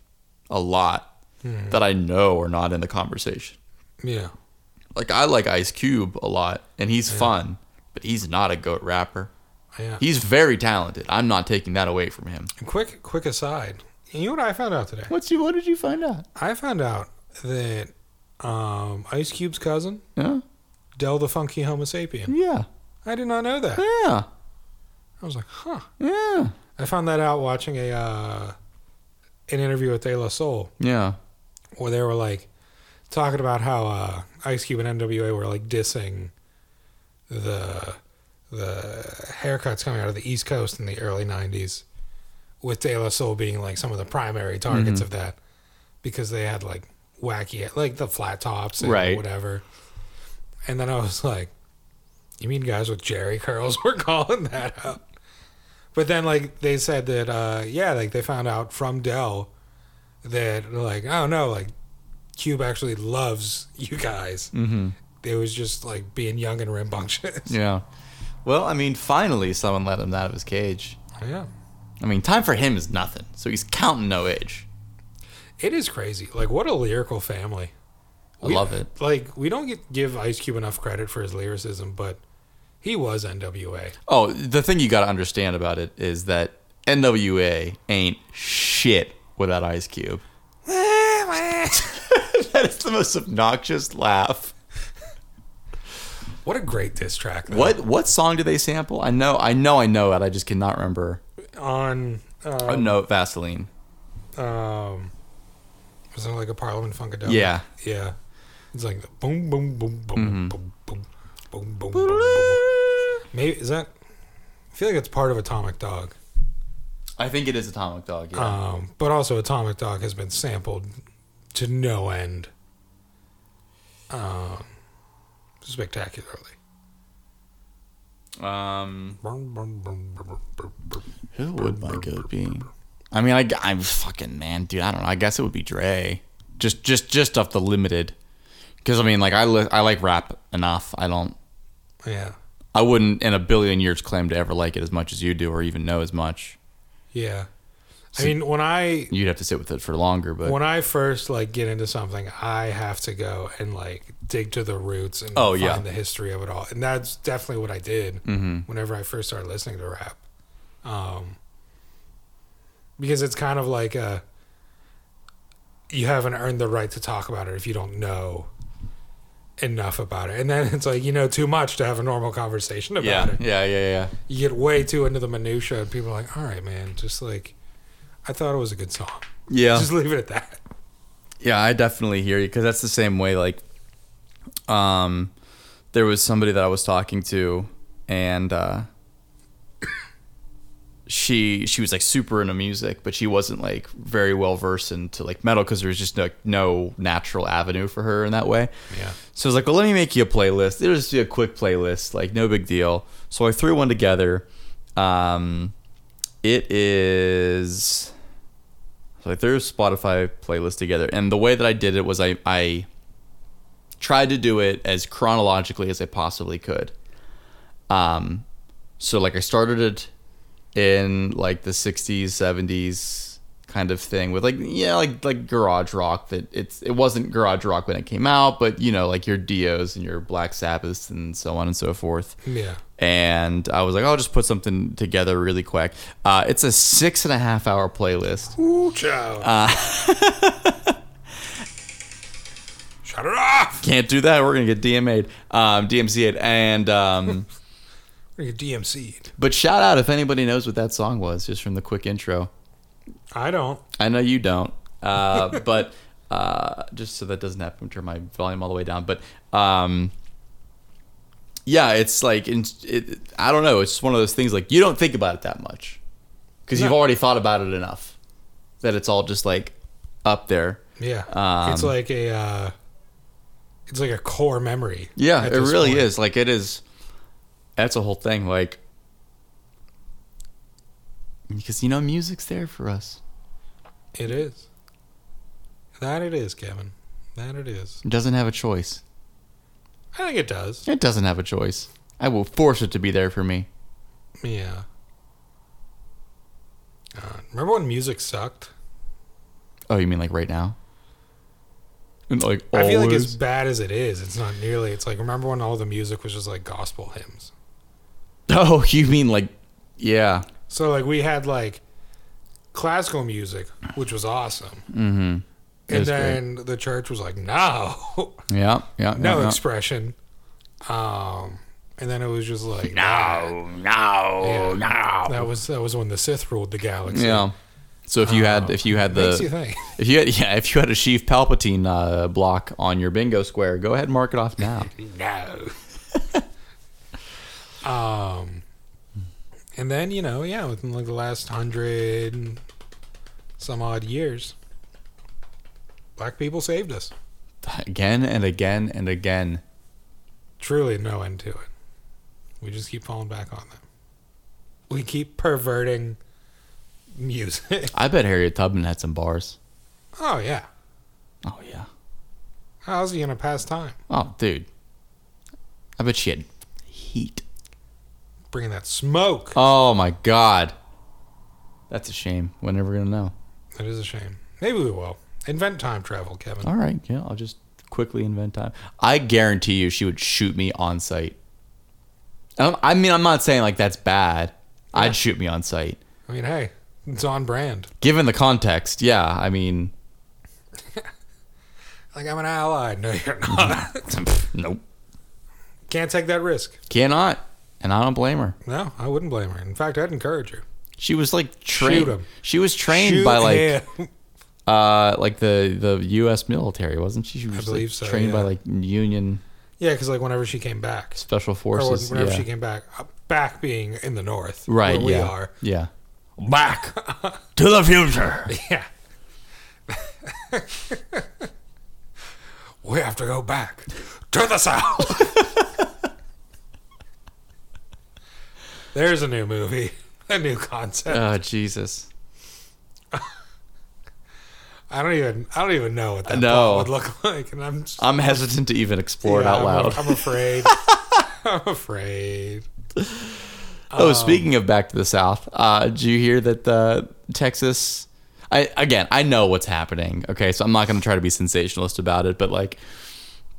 Speaker 2: a lot that I know are not in the conversation.
Speaker 1: Yeah.
Speaker 2: like I like Ice Cube a lot, and he's fun, but he's not a goat rapper.
Speaker 1: Yeah.
Speaker 2: He's very talented. I'm not taking that away from him.
Speaker 1: And quick, quick aside. You know what I found out today?
Speaker 2: What's you? What did you find out?
Speaker 1: I found out that um, Ice Cube's cousin,
Speaker 2: Yeah,
Speaker 1: Del the Funky Homo Sapien.
Speaker 2: yeah,
Speaker 1: I did not know that.
Speaker 2: yeah,
Speaker 1: I was like, huh.
Speaker 2: yeah,
Speaker 1: I found that out watching a uh, an interview with De La Soul
Speaker 2: yeah.
Speaker 1: where they were like talking about how uh, Ice Cube and NWA were like dissing the the haircuts coming out of the East Coast in the early '90s, with De La Soul being like some of the primary targets of that because they had like wacky like the flat tops and
Speaker 2: Right.
Speaker 1: whatever. And then I was like, "You mean guys with Jerry curls were calling that out?" But then like they said that uh, yeah, like they found out from Dell that like I don't know like Cube actually loves you guys. Mm-hmm. It was just like being young and rambunctious.
Speaker 2: Yeah. Well, I mean, finally, someone let him out of his cage.
Speaker 1: Yeah.
Speaker 2: I mean, time for him is nothing, so he's counting no age.
Speaker 1: It is crazy. Like what a lyrical family.
Speaker 2: I love it.
Speaker 1: Like we don't get, give Ice Cube enough credit for his lyricism, but he was NWA.
Speaker 2: Oh, the thing you got to understand about it is that NWA ain't shit without Ice Cube. that is the most obnoxious laugh.
Speaker 1: What a great diss track. though.
Speaker 2: What what song do they sample? I know, I know, I know it. I just cannot remember.
Speaker 1: on uh,
Speaker 2: oh no, Vaseline.
Speaker 1: um was it like a Parliament Funkadelic?
Speaker 2: Yeah. Mm-hmm.
Speaker 1: Yeah. It's like the boom boom boom boom boom boom boom boom boom boom. Maybe is that I feel like it's part of Atomic Dog.
Speaker 2: I think it is Atomic Dog. Yeah.
Speaker 1: Um, but also, Atomic Dog has been sampled to no end, um, spectacularly.
Speaker 2: um,
Speaker 1: I
Speaker 2: who would my goat be? I mean, I, I'm fucking man, dude. I don't know. I guess it would be Dre. Just just just off the limited, because I mean, like I li- I like rap enough. I don't.
Speaker 1: Yeah,
Speaker 2: I wouldn't in a billion years claim to ever like it as much as you do, or even know as much.
Speaker 1: yeah. I mean, when I
Speaker 2: You'd have to sit with it for longer, but
Speaker 1: when I first like get into something, I have to go and like dig to the roots and
Speaker 2: Oh,
Speaker 1: find
Speaker 2: yeah. Mm-hmm.
Speaker 1: the history of it all, and that's definitely what I did whenever I first started listening to rap, um, because it's kind of like a you haven't earned the right to talk about it if you don't know enough about it, and then it's like you know too much to have a normal conversation about
Speaker 2: yeah,
Speaker 1: it
Speaker 2: yeah, yeah, yeah.
Speaker 1: you get way too into the minutia and people are like all right man just like i thought it was a good song
Speaker 2: Yeah.
Speaker 1: just leave it at that
Speaker 2: Yeah, I definitely hear you because that's the same way. Like, um, there was somebody that I was talking to, and uh, she she was like super into music, but she wasn't like very well versed into like metal because there was just like no natural avenue for her in that way.
Speaker 1: Yeah.
Speaker 2: So I was like, well, let me make you a playlist. It'll just be a quick playlist, like no big deal. So I threw one together. Um, it is. So I threw a Spotify playlist together, and the way that I did it was I I tried to do it as chronologically as I possibly could. Um, so like I started it in like the '60s, '70s kind of thing with like yeah, like like garage rock that it's it wasn't garage rock when it came out, but you know like your Dios and your Black Sabbaths and so on and so forth
Speaker 1: yeah
Speaker 2: and I was like, "Oh, I'll just put something together really quick. Uh, it's a six and a half hour Uh, playlist.
Speaker 1: Ooh, child. Cut her off.
Speaker 2: Can't do that. We're gonna get DMA'd, um, DMCA'd, and um,
Speaker 1: Or you DMC'd.
Speaker 2: but shout out if anybody knows what that song was just from the quick intro.
Speaker 1: I don't.
Speaker 2: I know you don't, uh, but uh, just so that doesn't happen, turn my volume all the way down. But um, yeah, it's like in, it, I don't know. It's just one of those things like you don't think about it that much because you've
Speaker 1: No.
Speaker 2: already thought about it enough that it's all just like up there.
Speaker 1: Yeah.
Speaker 2: Um,
Speaker 1: it's like a. Uh, it's like a core memory.
Speaker 2: Yeah,
Speaker 1: at
Speaker 2: it
Speaker 1: this
Speaker 2: really
Speaker 1: point.
Speaker 2: is. Like it is. That's a whole thing. Like because you know music's there for us.
Speaker 1: It is. That it is, Kevin. That it is.
Speaker 2: It doesn't have a choice.
Speaker 1: I think it does.
Speaker 2: It doesn't have a choice. I will force it to be there for me.
Speaker 1: Yeah. Uh, remember when music sucked?
Speaker 2: Oh, you mean like right now? And like
Speaker 1: I feel like as
Speaker 2: always?
Speaker 1: bad as it is, it's not nearly. It's like remember when all the music was just like gospel hymns.
Speaker 2: Oh, you mean like yeah.
Speaker 1: So like we had like classical music, which was awesome, mm-hmm. and
Speaker 2: was great.
Speaker 1: then the church was like, no,
Speaker 2: Yeah, yeah.
Speaker 1: no
Speaker 2: yeah, yeah.
Speaker 1: expression. Um, and then it was just like, no, no, no. That was that was when the Sith ruled the galaxy.
Speaker 2: Yeah. So if you had if you had the
Speaker 1: Oh. Makes you think.
Speaker 2: if you had yeah, if you had a Sheev Palpatine uh, block on your bingo square, go ahead and mark it off now.
Speaker 1: No. um, and then you know, yeah, within like the last hundred and some odd years, black people saved us.
Speaker 2: again and again and again.
Speaker 1: Truly, no end to it. We just keep falling back on them. We keep perverting music.
Speaker 2: I bet Harriet Tubman had some bars.
Speaker 1: oh yeah,
Speaker 2: Oh yeah.
Speaker 1: how's he gonna pass time?
Speaker 2: Oh dude. I bet she had heat.
Speaker 1: Bringing that smoke.
Speaker 2: Oh my god. That's a shame. We're never gonna know.
Speaker 1: That is a shame. Maybe we will invent time travel, Kevin.
Speaker 2: All right, yeah, I'll just quickly invent time. I guarantee you, she would shoot me on sight. Um, I mean, I'm not saying like that's bad. I'd shoot me on sight,
Speaker 1: I mean, hey, it's on brand.
Speaker 2: given the context. Yeah, I mean,
Speaker 1: Like I'm an ally. No, you're not.
Speaker 2: nope,
Speaker 1: Can't take that risk.
Speaker 2: cannot, and I don't blame her.
Speaker 1: No, I wouldn't blame her. In fact, I'd encourage her.
Speaker 2: She was like
Speaker 1: Shoot
Speaker 2: trained.
Speaker 1: him.
Speaker 2: She was trained
Speaker 1: Shoot
Speaker 2: by like
Speaker 1: him.
Speaker 2: uh like the the U.S. military, wasn't she? She was like,
Speaker 1: believe so,
Speaker 2: trained by
Speaker 1: yeah.
Speaker 2: like Union
Speaker 1: yeah, because like whenever she came back,
Speaker 2: Special
Speaker 1: or
Speaker 2: Forces.
Speaker 1: whenever
Speaker 2: yeah.
Speaker 1: she came back, uh, back being in the north,
Speaker 2: right.
Speaker 1: where we
Speaker 2: yeah.
Speaker 1: are,
Speaker 2: Yeah.
Speaker 1: back.
Speaker 2: To the future.
Speaker 1: yeah, we have to go back to the south. There's a new movie, a new concept.
Speaker 2: oh Jesus.
Speaker 1: I don't even, I don't even know what that
Speaker 2: No.
Speaker 1: plot would look like, and I'm just
Speaker 2: I'm hesitant to even explore
Speaker 1: Yeah,
Speaker 2: it out
Speaker 1: I'm-
Speaker 2: loud.
Speaker 1: I'm, afraid. I'm afraid. um,
Speaker 2: Oh, speaking of back to the South, uh, did you hear that the Texas? I again, I know what's happening. Okay, so I'm not going to try to be sensationalist about it, but like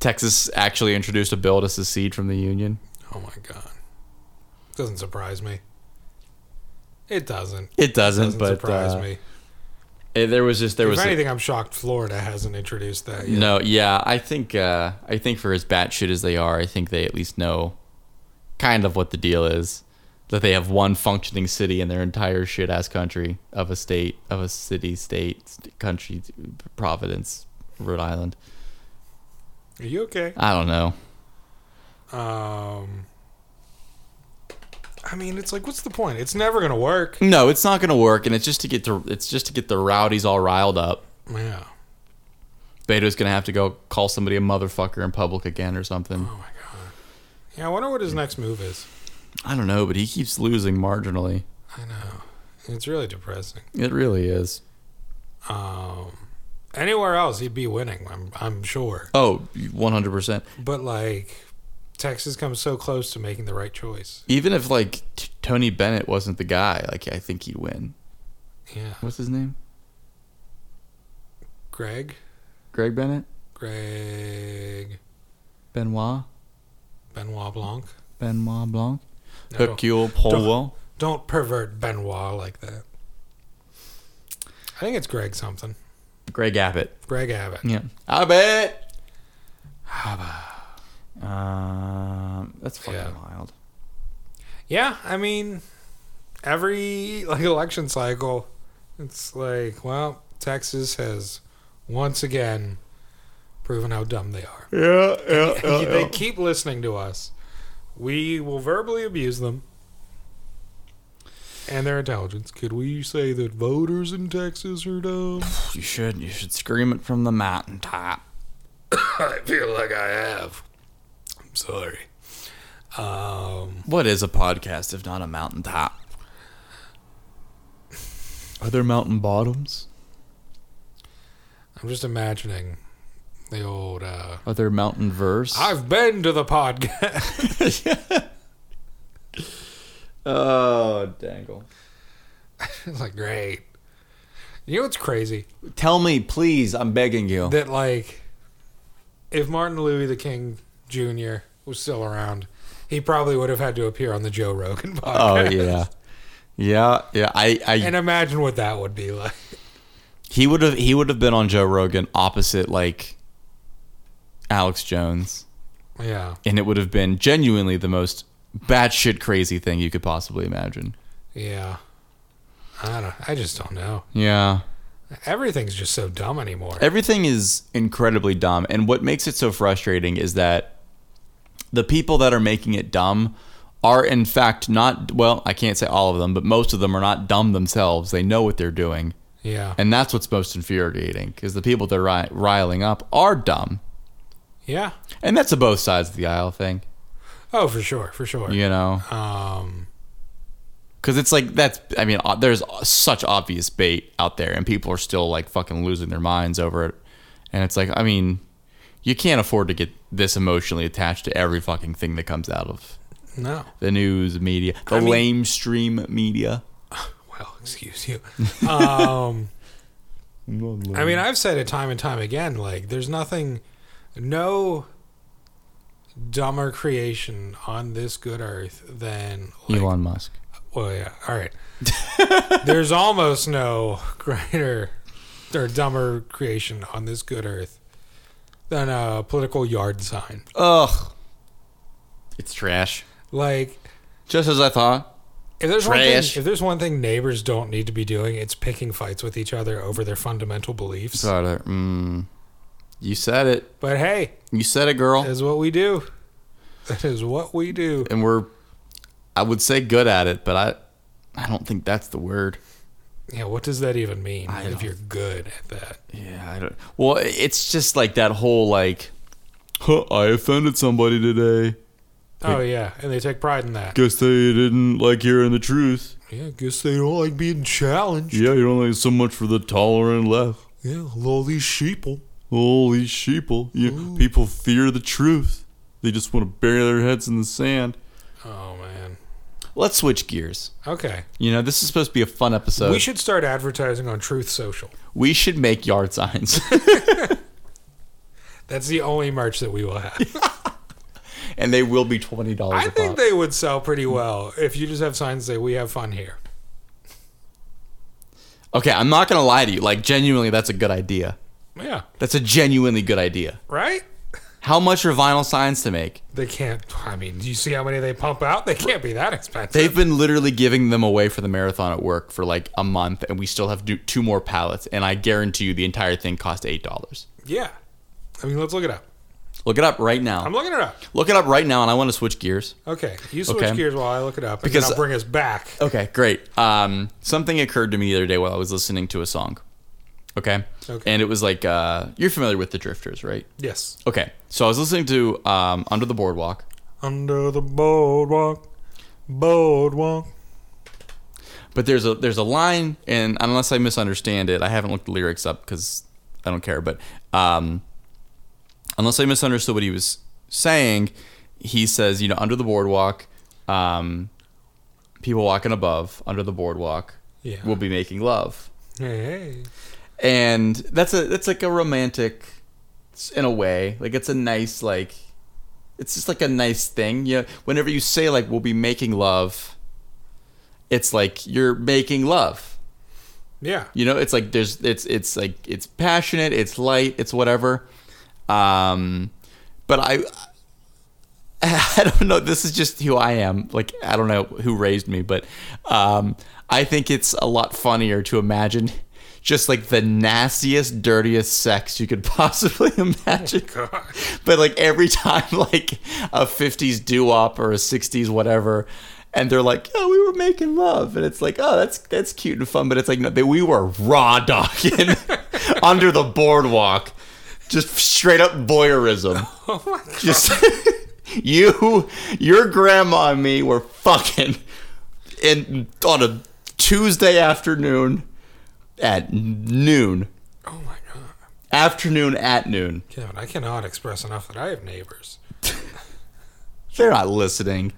Speaker 2: Texas actually introduced a bill to secede from the union.
Speaker 1: Oh my god. Doesn't surprise me. It doesn't.
Speaker 2: It doesn't,
Speaker 1: Doesn't
Speaker 2: but
Speaker 1: surprise
Speaker 2: uh,
Speaker 1: me.
Speaker 2: it- there was just there
Speaker 1: If
Speaker 2: was a-
Speaker 1: anything, I'm shocked Florida hasn't introduced that yet.
Speaker 2: no, yeah. I think uh, I think for as batshit as they are, I think they at least know kind of what the deal is. That they have one functioning city in their entire shit ass country of a state of a city state st- country Providence, Rhode Island.
Speaker 1: Are you okay?
Speaker 2: I don't know.
Speaker 1: Um. I mean, it's like, what's the point? It's never gonna work.
Speaker 2: No, it's not gonna work, and it's just to get the it's just to get the rowdies all riled up.
Speaker 1: Yeah.
Speaker 2: Beto's gonna have to go call somebody a motherfucker in public again or something.
Speaker 1: Oh my god. Yeah, I wonder what his next move is.
Speaker 2: I don't know, but he keeps losing marginally.
Speaker 1: I know. It's really depressing.
Speaker 2: It really is.
Speaker 1: Um. Anywhere else, he'd be winning. I'm, I'm sure.
Speaker 2: Oh, 100 percent.
Speaker 1: But like Texas comes so close to making the right choice.
Speaker 2: Even if like t- Tony Bennett wasn't the guy, like I think he'd win.
Speaker 1: Yeah.
Speaker 2: What's his name?
Speaker 1: Greg,
Speaker 2: Greg Bennett?
Speaker 1: Greg
Speaker 2: Benoit?
Speaker 1: Benoit Blanc.
Speaker 2: Benoit Blanc?
Speaker 1: No, don't,
Speaker 2: Hercule Poirot?
Speaker 1: don't pervert Benoit like that. I think it's Greg something.
Speaker 2: Greg Abbott.
Speaker 1: Greg Abbott.
Speaker 2: Yeah. Abbott. Um, that's fucking
Speaker 1: Yeah.
Speaker 2: wild.
Speaker 1: Yeah, I mean, every like election cycle, it's like, well, Texas has once again proven how dumb they are.
Speaker 2: Yeah, yeah,
Speaker 1: they keep listening to us. We will verbally abuse them and their intelligence. Could we say that voters in Texas are dumb?
Speaker 2: You should. You should scream it from the mountaintop.
Speaker 1: I feel like I have. I'm sorry. Um,
Speaker 2: What is a podcast if not a mountaintop? Are there mountain bottoms?
Speaker 1: I'm just imagining the old. Uh,
Speaker 2: Are there mountain verse?
Speaker 1: I've been to the podcast.
Speaker 2: Oh, dangle.
Speaker 1: It's like great. You know what's crazy?
Speaker 2: Tell me, please. I'm begging you.
Speaker 1: That like, if Martin Louis the King Jr. was still around, he probably would have had to appear on the Joe Rogan
Speaker 2: Oh
Speaker 1: podcast.
Speaker 2: yeah, yeah, yeah. I, I
Speaker 1: and imagine what that would be like.
Speaker 2: he would have he would have been on Joe Rogan opposite like Alex Jones,
Speaker 1: Yeah,
Speaker 2: and it would have been genuinely the most batshit crazy thing you could possibly imagine.
Speaker 1: yeah. I don't. I just don't know.
Speaker 2: Yeah.
Speaker 1: Everything's just so dumb anymore.
Speaker 2: everything is incredibly dumb and what makes it so frustrating is that the people that are making it dumb are in fact not well i can't say all of them but most of them are not dumb themselves they know what they're doing
Speaker 1: Yeah,
Speaker 2: and that's what's most infuriating because the people they're ri- riling up are dumb
Speaker 1: yeah.
Speaker 2: and that's a both sides of the aisle thing
Speaker 1: Oh, for sure, for sure.
Speaker 2: you know
Speaker 1: Um,
Speaker 2: because it's like that's i mean o- there's such obvious bait out there and people are still like fucking losing their minds over it and it's like i mean you can't afford to get this emotionally attached to every fucking thing that comes out of
Speaker 1: no.
Speaker 2: the news media the
Speaker 1: mean-
Speaker 2: lame stream media
Speaker 1: Well, excuse you. Um, I mean, I've said it time and time again. Like, there's nothing, no dumber creation on this good earth than. Like,
Speaker 2: elon musk
Speaker 1: well, yeah. All right. there's almost no greater or dumber creation on this good earth than a political yard sign.
Speaker 2: ugh it's trash
Speaker 1: Like,
Speaker 2: just as i thought
Speaker 1: If there's one thing,
Speaker 2: Trash.
Speaker 1: if there's one thing neighbors don't need to be doing, it's picking fights with each other over their fundamental beliefs.
Speaker 2: Thought it- mm, you said it
Speaker 1: But hey,
Speaker 2: you said it girl
Speaker 1: that's what we do. That is what we do.
Speaker 2: and we're i would say good at it but i i don't think that's the word
Speaker 1: Yeah, what does that even mean if
Speaker 2: don't-
Speaker 1: you're good at that?
Speaker 2: Yeah, I don't. Well, it's just like that whole like, huh, I offended somebody today.
Speaker 1: Oh yeah, and they take pride in that.
Speaker 2: Guess they didn't like hearing the truth.
Speaker 1: Yeah, I guess they don't like being challenged.
Speaker 2: Yeah, you don't like so much for the tolerant left.
Speaker 1: Yeah, all these sheeple.
Speaker 2: Holy sheeple! You, people fear the truth. They just want to bury their heads in the sand.
Speaker 1: Oh man.
Speaker 2: Let's switch gears.
Speaker 1: Okay,
Speaker 2: You know, this is supposed to be a fun episode.
Speaker 1: we should start advertising on Truth Social.
Speaker 2: we should make yard signs,
Speaker 1: That's the only merch that we will have.
Speaker 2: and they will be twenty dollars.
Speaker 1: I think they would sell pretty well if you just have signs that say we have fun here.
Speaker 2: Okay, I'm not gonna lie to you. Like, genuinely, that's a good idea.
Speaker 1: Yeah,
Speaker 2: That's a genuinely good idea.
Speaker 1: right?
Speaker 2: How much are vinyl signs to make?
Speaker 1: They can't. I mean, do you see how many they pump out? They can't be that expensive.
Speaker 2: They've been literally giving them away for the marathon at work for like a month, and we still have do- two more pallets. And I guarantee you, the entire thing cost eight dollars.
Speaker 1: yeah. I mean, let's look it up.
Speaker 2: Look it up right now.
Speaker 1: I'm looking it up.
Speaker 2: Look it up right now, and I want to switch gears.
Speaker 1: Okay, you switch
Speaker 2: Okay.
Speaker 1: gears while I look it up, and
Speaker 2: Because- Oh.
Speaker 1: then I'll bring us back.
Speaker 2: Okay, great. Um, something occurred to me the other day while I was listening to a song. Okay.
Speaker 1: Okay.
Speaker 2: And it was like, uh, you're familiar with the Drifters, right?
Speaker 1: Yes.
Speaker 2: Okay. So I was listening to um, Under the Boardwalk.
Speaker 1: Under the boardwalk, boardwalk.
Speaker 2: But there's a there's a line, and unless I misunderstand it, I haven't looked the lyrics up because I don't care. But um, unless I misunderstood what he was saying, he says, you know, under the boardwalk, um, people walking above under the boardwalk
Speaker 1: Yeah.
Speaker 2: will be making love,
Speaker 1: Hey.
Speaker 2: and that's a that's like a romantic, it's in a way, like it's a nice like, it's just like a nice thing. You know, whenever you say like we'll be making love, it's like you're making love.
Speaker 1: Yeah.
Speaker 2: You know, it's like there's it's it's like it's passionate, it's light, it's whatever. Um, but I, I don't know. This is just who I am. Like I don't know who raised me, but um, I think it's a lot funnier to imagine just like the nastiest, dirtiest sex you could possibly imagine. But like every time, like a '50s doo-wop or a '60s whatever. And they're like, "Oh, we were making love," and it's like, "Oh, that's that's cute and fun," but it's like, "No, they, we were raw dogging under the boardwalk, just straight up voyeurism."
Speaker 1: Oh
Speaker 2: just you your grandma and me were fucking in on a tuesday afternoon at noon
Speaker 1: Oh my god.
Speaker 2: afternoon at noon
Speaker 1: Kevin, I cannot express enough that I have neighbors.
Speaker 2: they're not listening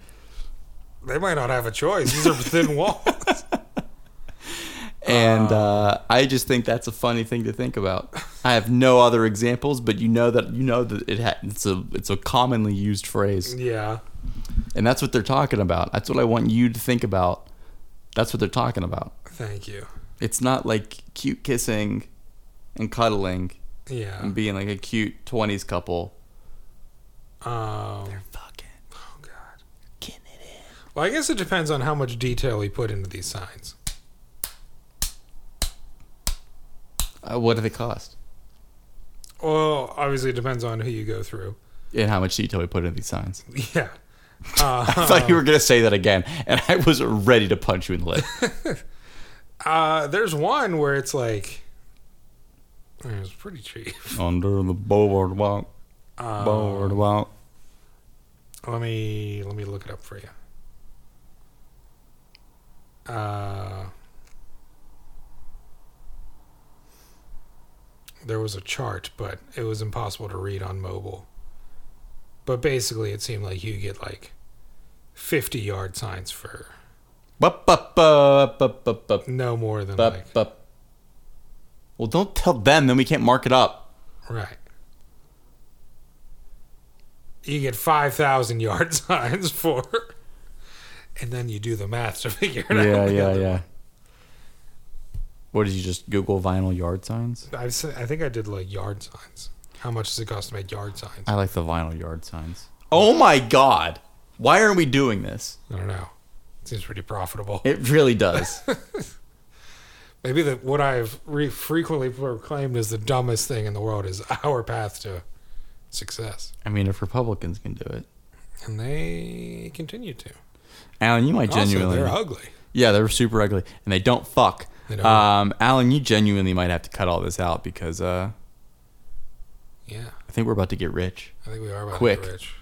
Speaker 1: They might not have a choice. These are thin walls.
Speaker 2: and uh, i just think that's a funny thing to think about i have no other examples but you know that you know that it ha- it's a it's a commonly used phrase
Speaker 1: yeah.
Speaker 2: and that's what they're talking about that's what i want you to think about that's what they're talking about
Speaker 1: Thank you.
Speaker 2: it's not like cute kissing and cuddling
Speaker 1: Yeah.
Speaker 2: and being like a cute 20s couple. Mm.
Speaker 1: Um,
Speaker 2: Fucking
Speaker 1: oh god.
Speaker 2: getting it in.
Speaker 1: Well, I guess it depends on how much detail we put into these signs.
Speaker 2: Uh, what do they cost?
Speaker 1: Well, obviously it depends on who you go through.
Speaker 2: And how much detail we put in these signs.
Speaker 1: Yeah. Uh,
Speaker 2: I thought you were going to say that again, and I was ready to punch you in the lip.
Speaker 1: uh, there's one where it's like it was pretty cheap.
Speaker 2: Under the boardwalk. Uh, boardwalk.
Speaker 1: Let me let me look it up for you. Uh, there was a chart, but it was impossible to read on mobile. But basically, it seemed like you get like fifty yard signs for
Speaker 2: Bup, bup, bup, bup, bup, bup,
Speaker 1: no more than like
Speaker 2: bup, bup. Well, don't tell them, then we can't mark it up.
Speaker 1: right. You get five thousand yard signs for, and then you do the math to figure it out.
Speaker 2: yeah. What did you just Google vinyl yard signs?
Speaker 1: I've se- I think I did like yard signs. How much does it cost to make yard signs?
Speaker 2: I like the vinyl yard signs. Oh my god. Why are we doing this?
Speaker 1: I don't know. Seems pretty profitable.
Speaker 2: It really does.
Speaker 1: Maybe that what I've re- frequently proclaimed is the dumbest thing in the world is our path to success,
Speaker 2: I mean, if Republicans can do it,
Speaker 1: and they continue to.
Speaker 2: Alan, you might
Speaker 1: also,
Speaker 2: genuinely.
Speaker 1: they're ugly.
Speaker 2: yeah, they're super ugly, and they don't fuck.
Speaker 1: They don't.
Speaker 2: Um, Alan, you genuinely might have to cut all this out because uh,
Speaker 1: Yeah,
Speaker 2: I think we're about to get rich.
Speaker 1: I think we are about
Speaker 2: Quick.
Speaker 1: to get rich,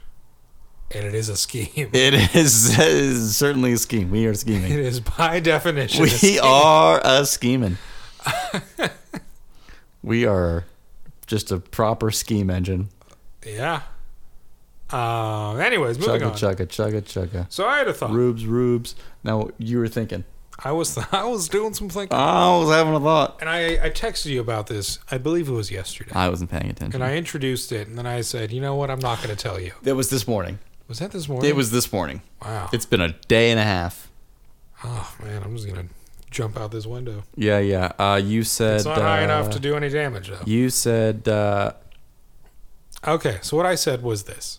Speaker 1: and it is a scheme. It
Speaker 2: It is, it is certainly a scheme. We are scheming.
Speaker 1: is by definition. a
Speaker 2: we
Speaker 1: scheme.
Speaker 2: are a scheming. we are just a proper scheme engine.
Speaker 1: Yeah. Um. Anyways, moving
Speaker 2: Chugga
Speaker 1: on.
Speaker 2: chugga chugga chugga.
Speaker 1: So I had a thought.
Speaker 2: Rubes, rubes. Now you were thinking.
Speaker 1: I was I was doing some thinking.
Speaker 2: I was having a thought.
Speaker 1: And I, I texted you about this. I believe it was yesterday.
Speaker 2: I wasn't paying attention.
Speaker 1: and I introduced it, and then I said, "You know what? I'm not going to tell you."
Speaker 2: it was this morning.
Speaker 1: Was that this morning? Oh.
Speaker 2: It was this morning.
Speaker 1: Wow.
Speaker 2: It's been a day and a half.
Speaker 1: oh man, I'm just going to jump out this window.
Speaker 2: Yeah, yeah. Uh, you said
Speaker 1: It's not high
Speaker 2: uh,
Speaker 1: enough to do any damage, though.
Speaker 2: You said uh,
Speaker 1: Okay. So what I said was this.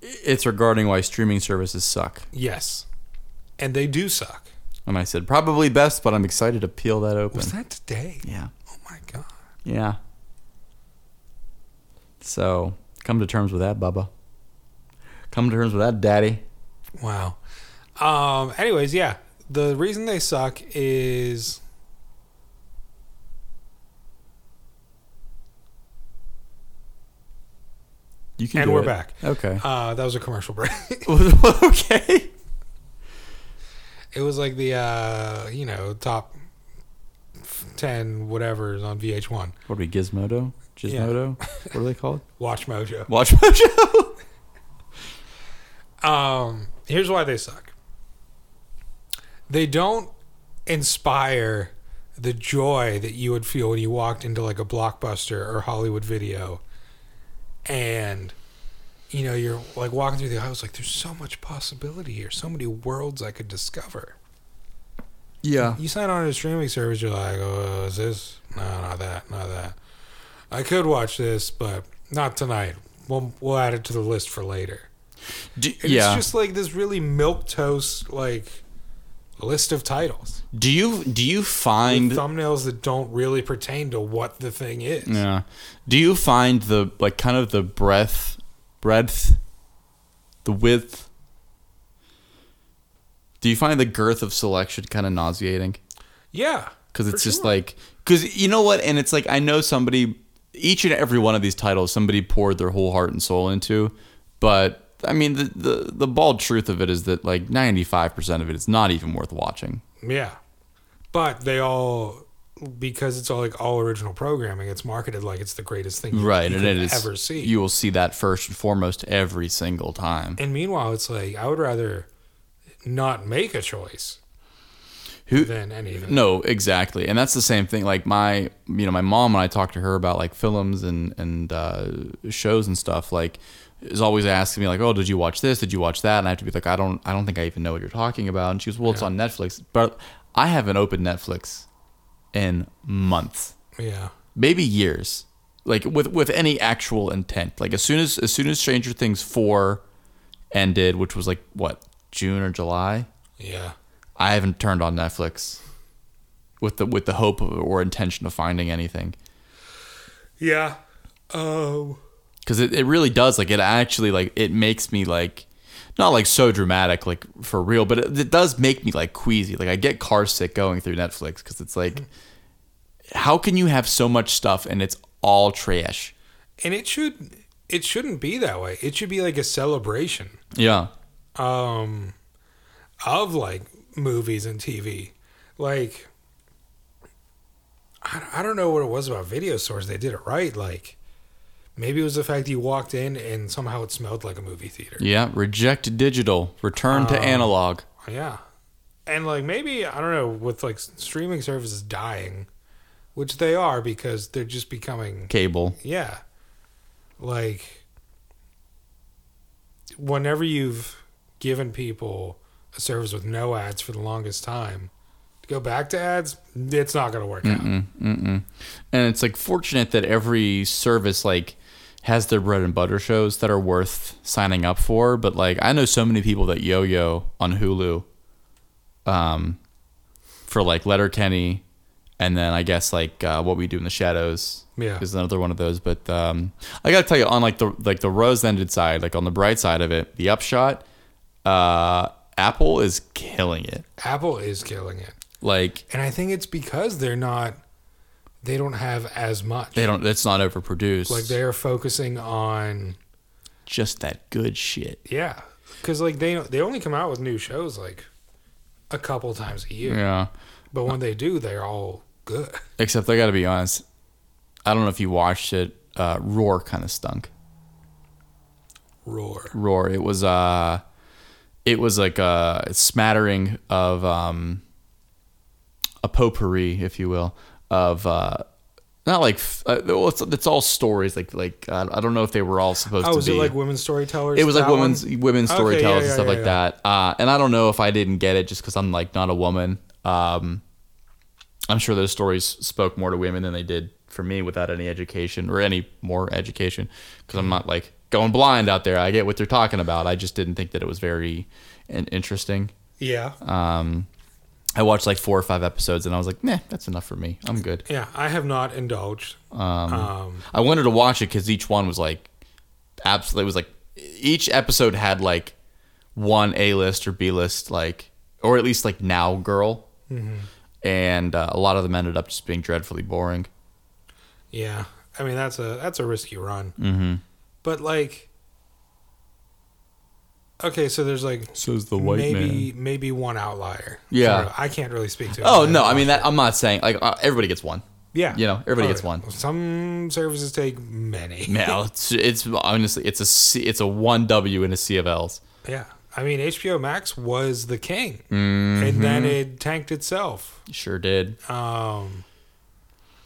Speaker 2: it's regarding why streaming services suck,
Speaker 1: Yes, and they do suck.
Speaker 2: and I said probably best, but I'm excited to peel that open.
Speaker 1: Was that today?
Speaker 2: yeah,
Speaker 1: Oh my god.
Speaker 2: yeah. So come to terms with that, Bubba. Come to terms with that, Daddy.
Speaker 1: Wow. Um. Anyways, yeah. The reason they suck is.
Speaker 2: You can.
Speaker 1: And
Speaker 2: do
Speaker 1: we're
Speaker 2: it.
Speaker 1: back.
Speaker 2: Okay.
Speaker 1: Uh, that was a commercial break.
Speaker 2: okay.
Speaker 1: It was like the uh, you know top f- ten whatever's on VH1.
Speaker 2: What are we, Gizmodo? Gizmodo? What are they called?
Speaker 1: Watch Mojo.
Speaker 2: Watch Mojo.
Speaker 1: Um, here's why they suck. They don't inspire the joy that you would feel when you walked into like a blockbuster or Hollywood video, and you know you're like walking through the aisles like there's so much possibility here, so many worlds I could discover.
Speaker 2: yeah.
Speaker 1: You sign on to a streaming service, you're like, oh, is this? No, not that, not that. I could watch this, but not tonight. we'll, we'll add it to the list for later.
Speaker 2: Do,
Speaker 1: And
Speaker 2: yeah.
Speaker 1: It's just like this really milk toast like list of titles,
Speaker 2: do you do you find
Speaker 1: thumbnails that don't really pertain to what the thing is.
Speaker 2: Yeah. Do you find the like kind of the breadth, breadth, the width? Do you find the girth of selection kind of nauseating?
Speaker 1: Yeah,
Speaker 2: Because
Speaker 1: for
Speaker 2: it's just
Speaker 1: sure.
Speaker 2: like, because you know what, and it's like I know somebody, each and every one of these titles, somebody poured their whole heart and soul into, but I mean the the, the bald truth of it is that like ninety five percent of it is not even worth watching.
Speaker 1: yeah, but they all because it's all like all original programming. It's marketed like it's the greatest thing you,
Speaker 2: Right,
Speaker 1: you
Speaker 2: and
Speaker 1: could
Speaker 2: it is
Speaker 1: ever see.
Speaker 2: you will see that first and foremost every single time.
Speaker 1: and meanwhile, it's like I would rather not make a choice
Speaker 2: Who
Speaker 1: than anything.
Speaker 2: No, exactly, and that's the same thing. Like my, you know, my mom when I talk to her about like films and and uh, shows and stuff, like is always asking me like, "Oh, did you watch this? Did you watch that?" And I have to be like, "I don't, I don't think I even know what you're talking about." And she goes, "Well, it's on Netflix," but I haven't opened Netflix in months,
Speaker 1: Yeah,
Speaker 2: maybe years, like with with any actual intent. Like as soon as as soon as Stranger Things four ended, which was like what June or July,
Speaker 1: yeah.
Speaker 2: I haven't turned on Netflix with the with the hope of, or intention of finding anything
Speaker 1: Yeah. Oh.
Speaker 2: because it, it really does like it actually like it makes me like not like so dramatic like for real but it, it does make me like queasy like I get car sick going through Netflix because it's like how can you have so much stuff and it's all trash
Speaker 1: And it should it shouldn't be that way. It should be like a celebration
Speaker 2: yeah
Speaker 1: um of like movies and TV. Like I, I don't know what it was about video stores. They did it right. Like maybe it was the fact that you walked in and somehow it smelled like a movie theater.
Speaker 2: yeah reject digital return to analog
Speaker 1: Yeah. And like maybe I don't know with like streaming services dying, which they are because they're just becoming
Speaker 2: cable
Speaker 1: Yeah. Like whenever you've given people a service with no ads for the longest time, to go back to ads, it's not going to work out.
Speaker 2: and it's like fortunate that every service like has their bread and butter shows that are worth signing up for but like i know so many people that yo-yo on hulu um for like letterkenny and then i guess like uh, what we do in the shadows
Speaker 1: Yeah.
Speaker 2: is another one of those but um i gotta tell you on like the like the rose ended side like on the bright side of it the upshot uh apple is killing it
Speaker 1: Apple is killing it.
Speaker 2: like
Speaker 1: And I think it's because they're not they don't have as much.
Speaker 2: they don't it's not overproduced
Speaker 1: like they're focusing on
Speaker 2: just that good shit
Speaker 1: yeah, cuz like they they only come out with new shows like a couple times a year.
Speaker 2: yeah
Speaker 1: But when they do, they're all good.
Speaker 2: Except I got to be honest. I don't know if you watched it. Uh, Roar kind of stunk.
Speaker 1: Roar.
Speaker 2: Roar. It was uh, it was like a smattering of um, a potpourri, if you will, of uh, not like f- uh, well, it's, it's all stories. Like like I I don't know if they were all supposed
Speaker 1: Oh,
Speaker 2: to
Speaker 1: was
Speaker 2: be.
Speaker 1: it like women storytellers?
Speaker 2: It was like
Speaker 1: that one?
Speaker 2: women's women's
Speaker 1: Okay, yeah,
Speaker 2: storytellers and
Speaker 1: yeah,
Speaker 2: stuff
Speaker 1: yeah,
Speaker 2: like
Speaker 1: yeah.
Speaker 2: that. Uh, and I don't know if I didn't get it just because I'm like not a woman. Um, I'm sure those stories spoke more to women than they did for me without any education or any more education because I'm not like going blind out there. I get what they're talking about. I just didn't think that it was very in- interesting.
Speaker 1: Yeah.
Speaker 2: Uh, I watched like four or five episodes and I was like, meh, that's enough for me. I'm good.
Speaker 1: yeah, I have not indulged.
Speaker 2: I wanted to watch it because each one was like absolutely it was like each episode had like one A list or B list like or at least like now girl, and uh, a lot of them ended up just being dreadfully boring.
Speaker 1: yeah. I mean, that's a that's a risky run. Mm-hmm. But like Okay, so there's like
Speaker 2: Says the
Speaker 1: maybe maybe one outlier.
Speaker 2: Yeah.
Speaker 1: Sort of. I can't really speak to.
Speaker 2: Oh
Speaker 1: it.
Speaker 2: no, I mean that I'm not saying like uh, everybody gets one.
Speaker 1: yeah,
Speaker 2: you know, everybody gets
Speaker 1: Alright.
Speaker 2: one.
Speaker 1: Some services take many.
Speaker 2: No, it's, it's honestly it's a C, it's a one W in a C of L's.
Speaker 1: Yeah, I mean HBO Max was the king,
Speaker 2: Mm-hmm.
Speaker 1: and then it tanked itself.
Speaker 2: Sure did.
Speaker 1: Um,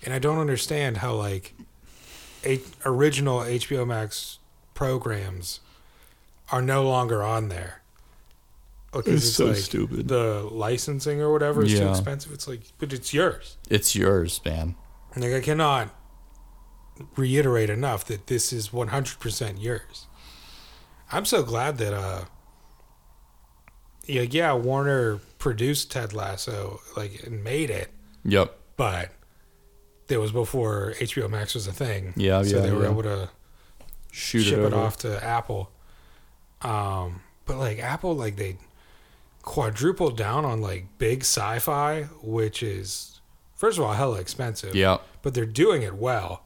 Speaker 1: and I don't understand how like a- original HBO Max programs are no longer on there. Because it's, so stupid. The licensing or whatever is too
Speaker 2: Yeah.
Speaker 1: expensive. It's like, but it's yours.
Speaker 2: It's yours, man.
Speaker 1: Like I cannot reiterate enough that this is 100% yours. I'm so glad that uh yeah, yeah, Warner produced Ted Lasso like and made it,
Speaker 2: Yep.
Speaker 1: but it was before HBO Max was a thing.
Speaker 2: Yeah,
Speaker 1: so
Speaker 2: yeah,
Speaker 1: they were
Speaker 2: yeah.
Speaker 1: able to
Speaker 2: Shoot
Speaker 1: ship it,
Speaker 2: over.
Speaker 1: off to Apple. Um, but like Apple, like they quadrupled down on like big sci-fi, which is first of all hella expensive.
Speaker 2: Yeah.
Speaker 1: but they're doing it well.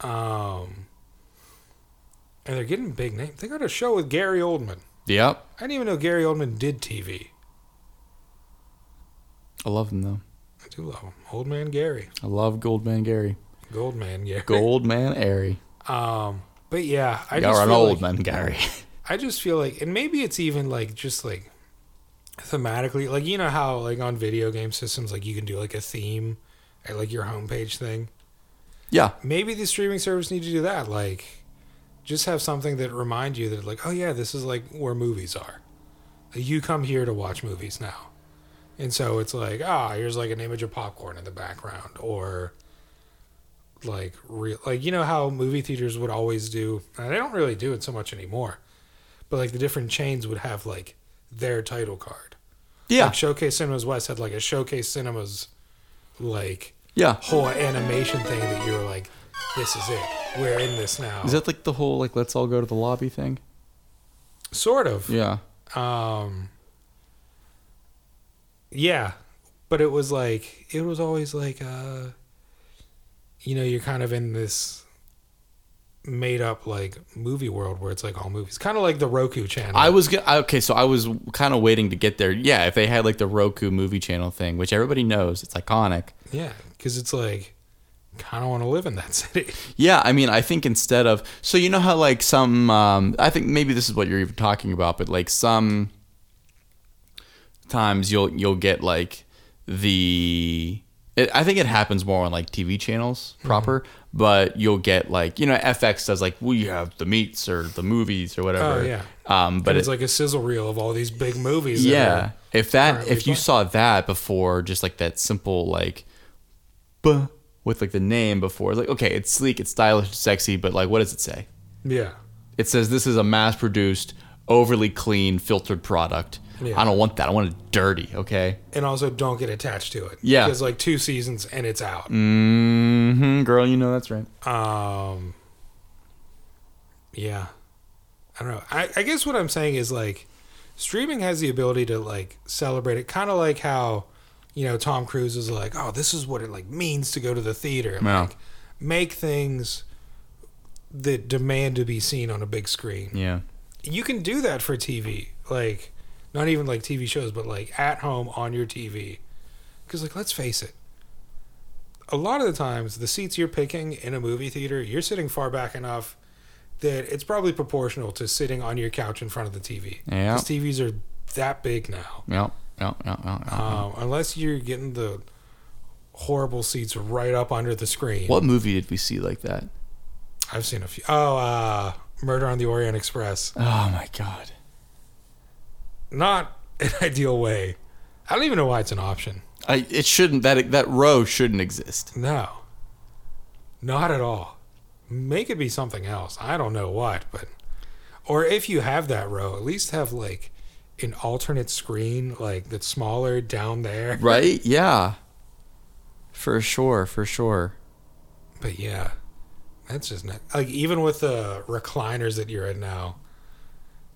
Speaker 1: Um, and they're getting big name. They got a show with Gary Oldman.
Speaker 2: Yep.
Speaker 1: I didn't even know Gary Oldman did TV.
Speaker 2: I love him though.
Speaker 1: I do love him, old man Gary,
Speaker 2: I love Goldman Gary.
Speaker 1: Goldman Gary.
Speaker 2: Goldman Gary.
Speaker 1: Um, but yeah, I
Speaker 2: You're an
Speaker 1: feel
Speaker 2: old
Speaker 1: like-
Speaker 2: man, Gary.
Speaker 1: I just feel like, and maybe it's even like just like thematically, like you know how like on video game systems, like you can do like a theme at like your homepage thing.
Speaker 2: yeah.
Speaker 1: Maybe the streaming service need to do that, like just have something that remind you that like, oh yeah, this is like where movies are. Like, You come here to watch movies now, and so it's like ah, here's like an image of popcorn in the background, or like real like you know how movie theaters would always do. And they don't really do it so much anymore but like the different chains would have like their title card.
Speaker 2: Yeah.
Speaker 1: Like Showcase Cinemas West had like a Showcase Cinemas like
Speaker 2: Yeah.
Speaker 1: whole animation thing that you were like, this is it. We're in this now.
Speaker 2: Is that like the whole like let's all go to the lobby thing?
Speaker 1: sort of.
Speaker 2: Yeah.
Speaker 1: Um Yeah. But it was like it was always like uh you know, you're kind of in this made up like movie world where it's like all movies. Kinda like the Roku channel.
Speaker 2: I was go- I- okay, so I was kind of waiting to get there. Yeah, if they had like the Roku movie channel thing, which everybody knows, it's iconic.
Speaker 1: Yeah, because it's like kind of want to live in that city.
Speaker 2: Yeah, I mean, I think instead of so you know how like some um, I think maybe this is what you're even talking about, but like some times you'll you'll get like the it, I think it happens more on like TV channels
Speaker 1: Mm-hmm.
Speaker 2: proper, but you'll get like you know FX does like we have the meets or the movies or whatever.
Speaker 1: Oh, yeah.
Speaker 2: Um, but
Speaker 1: But it's
Speaker 2: it-
Speaker 1: like a sizzle reel of all these big movies. that
Speaker 2: yeah
Speaker 1: are-
Speaker 2: if that
Speaker 1: currently
Speaker 2: if you
Speaker 1: playing.
Speaker 2: saw that before just like that simple like buh, with like the name before like okay it's sleek it's stylish it's sexy but like what does it say
Speaker 1: yeah.
Speaker 2: it says this is a mass produced overly clean filtered product
Speaker 1: Yeah.
Speaker 2: i don't want that i want it dirty okay
Speaker 1: And also, don't get attached to it.
Speaker 2: Yeah.
Speaker 1: because like two seasons and it's out.
Speaker 2: mm-hmm girl you know that's right
Speaker 1: Um, yeah, I don't know. I, I guess what I'm saying is like, streaming has the ability to like celebrate it, kind of like how, you know, Tom Cruise is like, oh, this is what it like means to go to the theater, and,
Speaker 2: Yeah.
Speaker 1: like make things that demand to be seen on a big screen.
Speaker 2: yeah
Speaker 1: you can do that for TV, like not even like TV shows, but like at home on your TV. Because like, let's face it, a lot of the times the seats you're picking in a movie theater, you're sitting far back enough that it's probably proportional to sitting on your couch in front of the TV.
Speaker 2: Yeah.
Speaker 1: 'Cause TVs are that big now.
Speaker 2: yeah yeah yeah yeah, yeah.
Speaker 1: Um, unless you're getting the horrible seats right up under the screen.
Speaker 2: what movie did we see like that
Speaker 1: I've seen a few. Oh, uh, Murder on the Orient Express.
Speaker 2: oh my god
Speaker 1: Not an ideal way. I don't even know why it's an option.
Speaker 2: I, it shouldn't that that row shouldn't exist
Speaker 1: No. Not at all. Make it be something else. I don't know what, but or if you have that row, at least have like an alternate screen like that's smaller down there.
Speaker 2: right yeah for sure for sure
Speaker 1: But yeah. That's just not like even with the recliners that you're in now.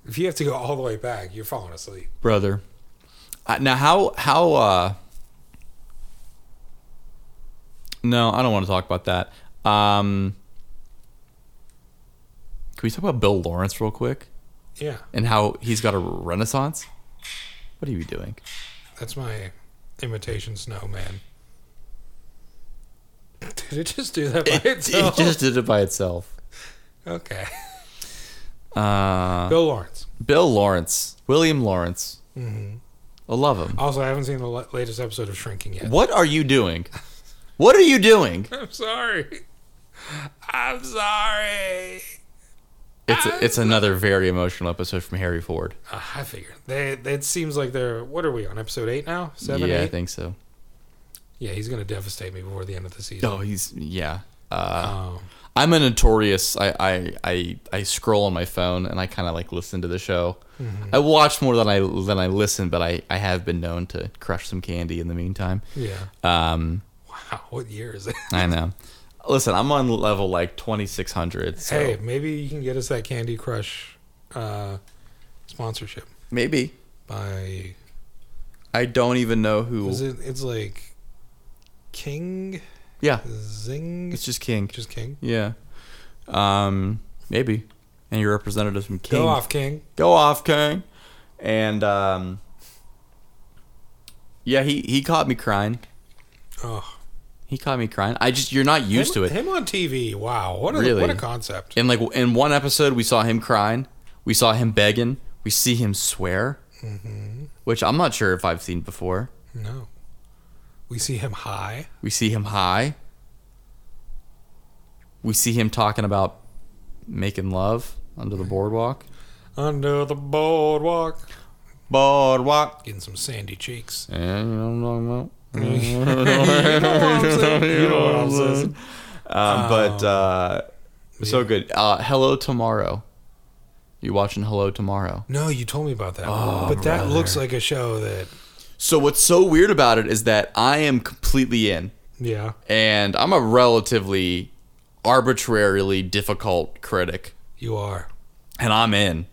Speaker 1: If you have to go all the way back, you're falling asleep.
Speaker 2: brother. Uh, now, how how? uh No, I don't want to talk about that. Um Can we talk about Bill Lawrence real quick
Speaker 1: Yeah.
Speaker 2: and how he's got a renaissance? What are you doing?
Speaker 1: That's my imitation snowman. Did it just do that by
Speaker 2: It, it
Speaker 1: itself?
Speaker 2: just did it by itself.
Speaker 1: okay.
Speaker 2: Uh,
Speaker 1: Bill Lawrence.
Speaker 2: Bill Lawrence, William Lawrence. I love him.
Speaker 1: Also, I haven't seen the la- latest episode of Shrinking yet.
Speaker 2: What are you doing? What are you doing?
Speaker 1: I'm sorry. I'm sorry.
Speaker 2: It's it's another very emotional episode from Harry Ford.
Speaker 1: Uh, I figured. They, it seems like they're. What are we on? Episode 8 now? 7?
Speaker 2: yeah,
Speaker 1: Yeah,
Speaker 2: I think so.
Speaker 1: yeah, he's going to devastate me before the end of the season.
Speaker 2: Oh, he's yeah. Uh,
Speaker 1: Um,
Speaker 2: I'm a notorious. I I I, I scroll on my phone and I kind of like listen to the show.
Speaker 1: Mm-hmm.
Speaker 2: I watch more than I than I listen, but I I have been known to crush some candy in the meantime.
Speaker 1: Yeah.
Speaker 2: Um,
Speaker 1: Wow. What year is it?
Speaker 2: I know. Listen, I'm on level like 2600. So
Speaker 1: Hey, maybe you can get us that Candy Crush uh, sponsorship
Speaker 2: maybe
Speaker 1: by
Speaker 2: I don't even know who.
Speaker 1: is it? It's like King
Speaker 2: Yeah,
Speaker 1: Zing.
Speaker 2: it's just King.
Speaker 1: just King.
Speaker 2: Yeah. Um, maybe. And your representatives from King.
Speaker 1: Go off, King.
Speaker 2: Go off, King. And um, yeah, he he caught me crying.
Speaker 1: Oh,
Speaker 2: He caught me crying. I just you're not used
Speaker 1: him,
Speaker 2: to it.
Speaker 1: Him on TV. Wow. What a
Speaker 2: Really?
Speaker 1: what a concept.
Speaker 2: In like in one episode, we saw him crying. We saw him begging. We see him swear, which I'm not sure if I've seen before.
Speaker 1: No. We see him high.
Speaker 2: We see him high. We see him talking about making love under the boardwalk.
Speaker 1: Under the boardwalk.
Speaker 2: Boardwalk.
Speaker 1: Getting some sandy cheeks.
Speaker 2: And you know what I'm talking about? Um, but uh, so good. Uh, Hello Tomorrow. You watching Hello Tomorrow?
Speaker 1: No, you told me about that.
Speaker 2: Oh,
Speaker 1: but that looks like a show that
Speaker 2: So what's so weird about it is that I am completely in,
Speaker 1: yeah.
Speaker 2: and I'm a relatively arbitrarily difficult critic,
Speaker 1: You are.
Speaker 2: and I'm in.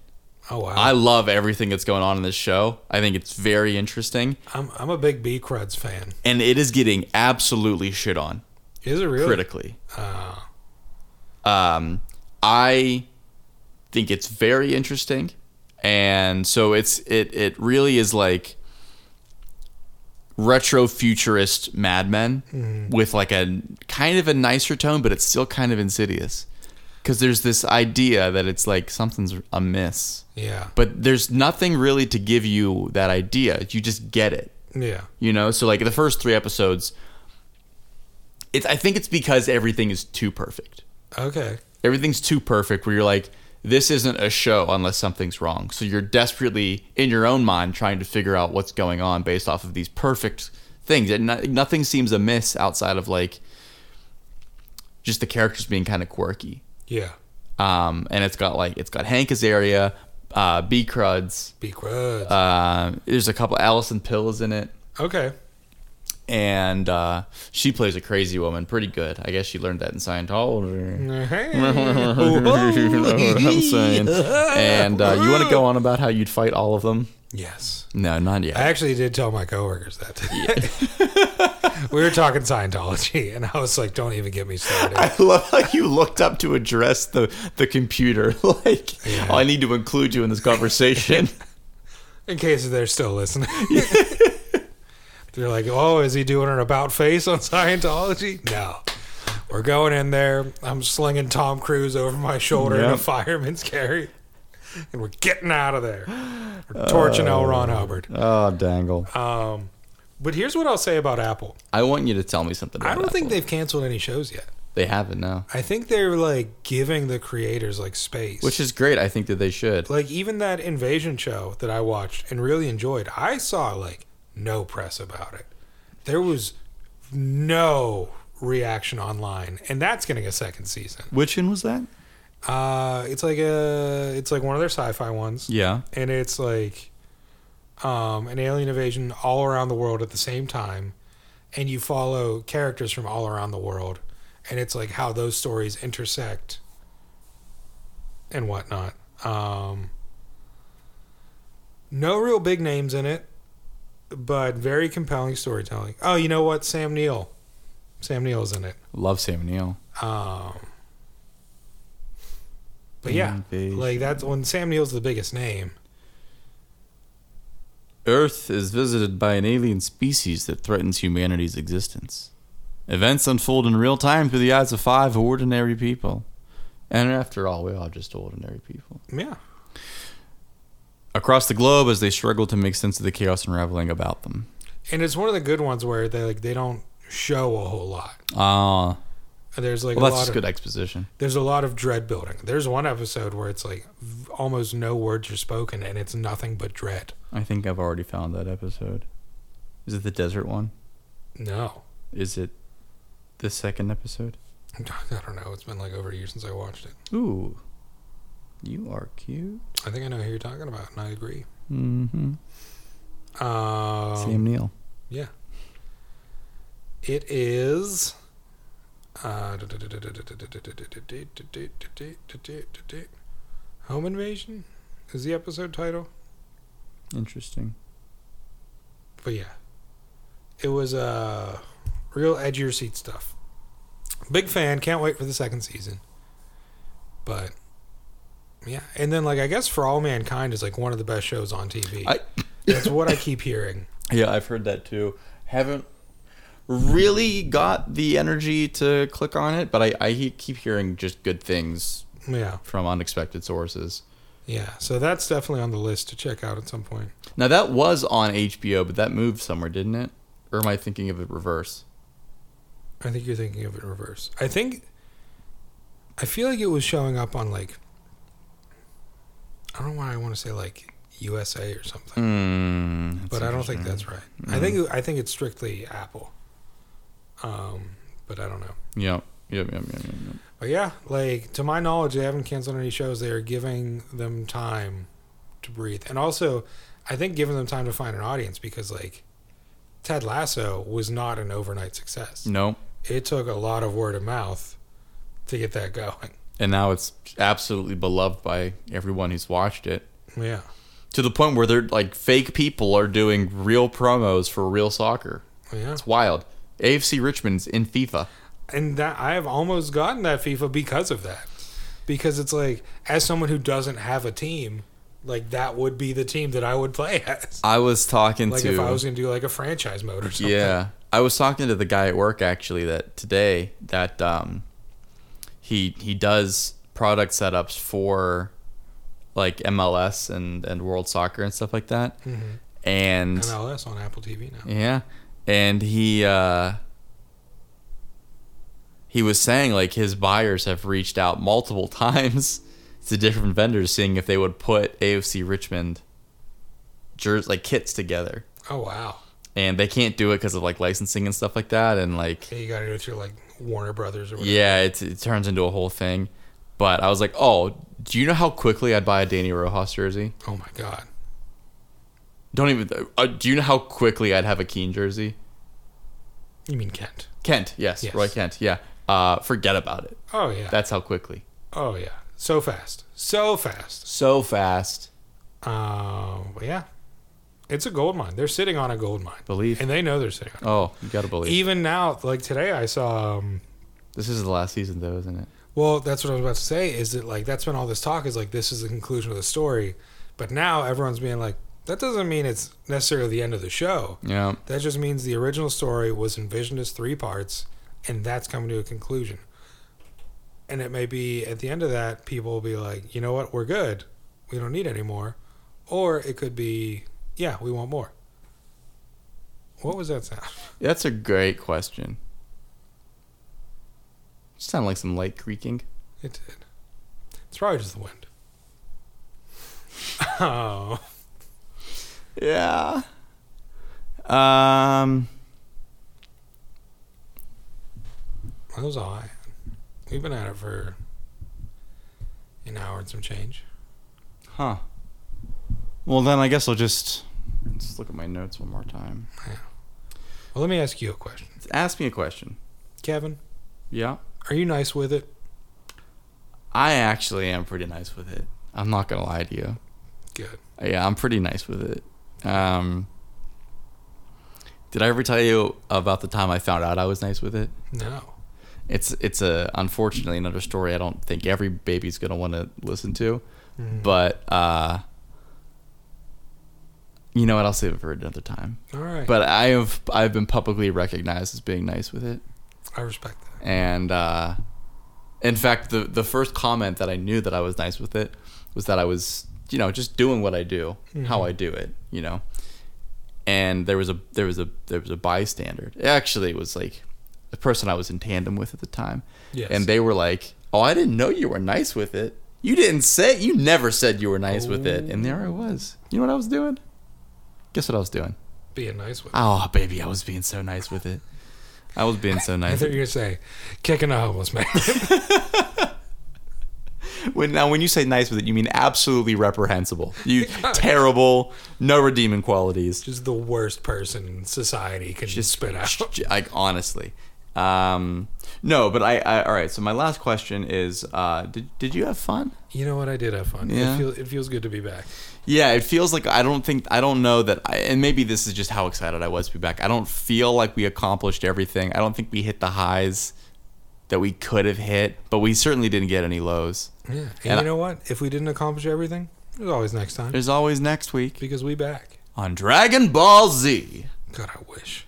Speaker 1: Oh wow.
Speaker 2: I love everything that's going on in this show. I think it's very interesting,
Speaker 1: I'm I'm a big B Cruds fan.
Speaker 2: and it is getting absolutely shit on.
Speaker 1: Is it really?
Speaker 2: critically. Um, I think it's very interesting, and so it's it it really is like retro futurist Mad Men with like a kind of a nicer tone, but it's still kind of insidious because there's this idea that it's like something's amiss,
Speaker 1: Yeah.
Speaker 2: but there's nothing really to give you that idea. You just get it
Speaker 1: Yeah.
Speaker 2: you know so like the first three episodes it's i think it's because everything is too perfect
Speaker 1: Okay.
Speaker 2: everything's too perfect where you're like this isn't a show unless something's wrong so you're desperately in your own mind trying to figure out what's going on based off of these perfect things and no- nothing seems amiss outside of like just the characters being kind of quirky
Speaker 1: Yeah.
Speaker 2: um, and it's got like it's got hank azaria uh, b cruds
Speaker 1: B Cruds.
Speaker 2: uh, there's a couple allison pill is in it
Speaker 1: okay.
Speaker 2: and uh, she plays a crazy woman pretty good. I guess she learned that in Scientology. you know what I'm saying? And uh, you want to go on about how you'd fight all of them?
Speaker 1: yes.
Speaker 2: No, not
Speaker 1: I
Speaker 2: yet.
Speaker 1: actually did tell my coworkers that. we were talking Scientology, and I was like, "Don't even get me started."
Speaker 2: I love how you looked up to address the, the computer. like, oh, I need to include you in this conversation.
Speaker 1: In case they're still listening, they're like, "Oh, is he doing an about face on Scientology?" No, we're going in there. I'm slinging Tom Cruise over my shoulder in a
Speaker 2: Yep.
Speaker 1: fireman's carry, and we're getting out of there. We're torching L. Ron Hubbard.
Speaker 2: oh, dangle.
Speaker 1: But here's what I'll say about Apple.
Speaker 2: I want you to tell me something about
Speaker 1: I don't think
Speaker 2: Apple.
Speaker 1: they've canceled any shows yet.
Speaker 2: They haven't, no.
Speaker 1: I think they're like giving the creators like space.
Speaker 2: Which is great. I think that they should.
Speaker 1: like even that invasion show that I watched and really enjoyed, I saw like no press about it. There was no reaction online, and that's getting a second season.
Speaker 2: Which one was that?
Speaker 1: Uh, it's like a it's like one of their sci-fi ones,
Speaker 2: Yeah.
Speaker 1: and it's like um, an alien invasion all around the world at the same time, and you follow characters from all around the world, and it's like how those stories intersect and whatnot. Um, no real big names in it, but very compelling storytelling. Oh, you know what? Sam Neill. Sam Neill's in it.
Speaker 2: Love Sam Neill.
Speaker 1: Um, but yeah, like that's when Sam Neill's the biggest name.
Speaker 2: Earth is visited by an alien species that threatens humanity's existence. Events unfold in real time through the eyes of five ordinary people. And after all, we are just ordinary people.
Speaker 1: Yeah.
Speaker 2: Across the globe as they struggle to make sense of the chaos unraveling about them.
Speaker 1: and it's one of the good ones where they like they don't show a whole lot.
Speaker 2: Ah,
Speaker 1: There's like
Speaker 2: well,
Speaker 1: a
Speaker 2: that's
Speaker 1: lot
Speaker 2: just
Speaker 1: of
Speaker 2: good exposition.
Speaker 1: there's a lot of dread building. There's one episode where it's like v- almost no words are spoken and it's nothing but dread.
Speaker 2: I think I've already found that episode. Is it the desert one?
Speaker 1: No,
Speaker 2: Is it the second episode?
Speaker 1: I don't know. It's been like over a year since I watched it.
Speaker 2: Ooh, you are cute.
Speaker 1: I think I know who you're talking about, and I agree.
Speaker 2: Mm-hmm.
Speaker 1: Um,
Speaker 2: Sam Neill.
Speaker 1: Yeah. It is. uh, Home invasion is the episode title,
Speaker 2: Interesting.
Speaker 1: but yeah, it was uh, real edge of your seat stuff. Big fan, can't wait for the second season. But yeah, and then like I guess for all mankind is like one of the best shows on TV.
Speaker 2: I
Speaker 1: That's what I keep hearing.
Speaker 2: yeah, I've heard that too. Haven't really got the energy to click on it, but I, I he- keep hearing just good things
Speaker 1: Yeah,
Speaker 2: from unexpected sources.
Speaker 1: yeah. So that's definitely on the list to check out at some point.
Speaker 2: Now that was on HBO, but that moved somewhere, didn't it? Or am I thinking of it reverse?
Speaker 1: I think you're thinking of it in reverse. I think I feel like it was showing up on like I don't know why I want to say like USA or something,
Speaker 2: Mm,
Speaker 1: but I don't think that's right. I think I think it's strictly Apple. Um, but I don't know.
Speaker 2: Yep. Yep. Yep. Yep. Yep. yep.
Speaker 1: But yeah, like to my knowledge, they haven't canceled any shows. They are giving them time to breathe, and also, I think giving them time to find an audience because like Ted Lasso was not an overnight success.
Speaker 2: No.
Speaker 1: it took a lot of word of mouth to get that going.
Speaker 2: And now it's absolutely beloved by everyone who's watched it.
Speaker 1: Yeah.
Speaker 2: To the point where they're like fake people are doing real promos for real soccer.
Speaker 1: Oh, Yeah.
Speaker 2: It's wild. AFC Richmond's in FIFA.
Speaker 1: And that I have almost gotten that FIFA because of that. Because it's like as someone who doesn't have a team, like that would be the team that I would play as.
Speaker 2: I was talking
Speaker 1: Like
Speaker 2: to
Speaker 1: if I was gonna do like a franchise mode or something.
Speaker 2: Yeah. I was talking to the guy at work actually that today that um he he does product setups for like MLS and and World Soccer and stuff like that. And
Speaker 1: MLS on Apple TV now.
Speaker 2: Yeah. And he uh he was saying like his buyers have reached out multiple times to different vendors seeing if they would put AFC Richmond jers like kits together.
Speaker 1: Oh wow.
Speaker 2: And they can't do it cuz of like licensing and stuff like that and like
Speaker 1: Yeah, you gotta go through like Warner Brothers or whatever.
Speaker 2: yeah, it, it turns into a whole thing. But I was like, "Oh, do you know how quickly I'd buy a Danny Rojas jersey?
Speaker 1: Oh my god.
Speaker 2: Don't even uh, do you know how quickly I'd have a Keen jersey?
Speaker 1: You mean Kent.
Speaker 2: Kent, yes,
Speaker 1: Yes.
Speaker 2: Roy Kent, yeah. Uh, forget about it.
Speaker 1: Oh yeah.
Speaker 2: That's how quickly.
Speaker 1: oh yeah. So fast. So fast.
Speaker 2: So fast.
Speaker 1: Uh, but yeah, it's a gold mine. They're sitting on a gold mine.
Speaker 2: Believe.
Speaker 1: and they know they're sitting. on it.
Speaker 2: Oh, you gotta believe.
Speaker 1: Even now, like today, I saw. Um,
Speaker 2: this is the last season, though, isn't it?
Speaker 1: well, that's what I was about to say. Is that like that's been all this talk is like this is the conclusion of the story, but now everyone's being like that doesn't mean it's necessarily the end of the show.
Speaker 2: Yeah.
Speaker 1: That just means the original story was envisioned as three parts, and that's coming to a conclusion. And it may be at the end of that, people will be like, you know what, we're good. We don't need any more. Or it could be, yeah, we want more. What was that sound?
Speaker 2: That's a great question. Sound like some light creaking.
Speaker 1: It did. It's probably just the wind. Oh.
Speaker 2: Yeah. Um.
Speaker 1: That was all I had. We've been at it for an hour and some change.
Speaker 2: Huh. Well, then I guess I'll just let's look at my notes one more time.
Speaker 1: Well, let me ask you a question.
Speaker 2: Ask me a question.
Speaker 1: Kevin,
Speaker 2: Yeah.
Speaker 1: are you nice with it?
Speaker 2: I actually am pretty nice with it. I'm not gonna lie to you.
Speaker 1: Good.
Speaker 2: Yeah, I'm pretty nice with it. Um, did I ever tell you about the time I found out I was nice with it?
Speaker 1: No.
Speaker 2: It's it's a unfortunately another story I don't think every baby's gonna want to listen to, but uh, you know what? I'll save it for another time.
Speaker 1: All right.
Speaker 2: But I have I've been publicly recognized as being nice with it,
Speaker 1: I respect that.
Speaker 2: and uh, in fact, the the first comment that I knew that I was nice with it was that I was you know just doing what I do, how I do it, you know. And there was a there was a there was a bystander. Actually, it was like the person I was in tandem with at the time,
Speaker 1: Yes.
Speaker 2: and they were like, "Oh, I didn't know you were nice with it. You didn't say you never said you were nice with it." And there I was. You know what I was doing? Guess what I was doing?
Speaker 1: Being nice with
Speaker 2: Oh, baby, I was being so nice with it. I was being so
Speaker 1: I
Speaker 2: nice.
Speaker 1: thought you were gonna say kicking a homeless man.
Speaker 2: When, now, when you say nice with it, you mean absolutely reprehensible. You terrible, no redeeming qualities.
Speaker 1: Just the worst person society could just spit out.
Speaker 2: J- Like honestly, um, no. But I, I all right. So my last question is: uh, Did did you have fun?
Speaker 1: You know what? I did have fun.
Speaker 2: Yeah.
Speaker 1: It, feel, it feels good to be back.
Speaker 2: Yeah, it feels like I don't think I don't know that, I, and maybe this is just how excited I was to be back. I don't feel like we accomplished everything. I don't think we hit the highs that we could have hit, but we certainly didn't get any lows.
Speaker 1: Yeah. And,
Speaker 2: And
Speaker 1: you
Speaker 2: I-
Speaker 1: know what? If we didn't accomplish everything, there's always next time
Speaker 2: There's always next week
Speaker 1: because we back.
Speaker 2: on Dragon Ball Z.
Speaker 1: God, I wish.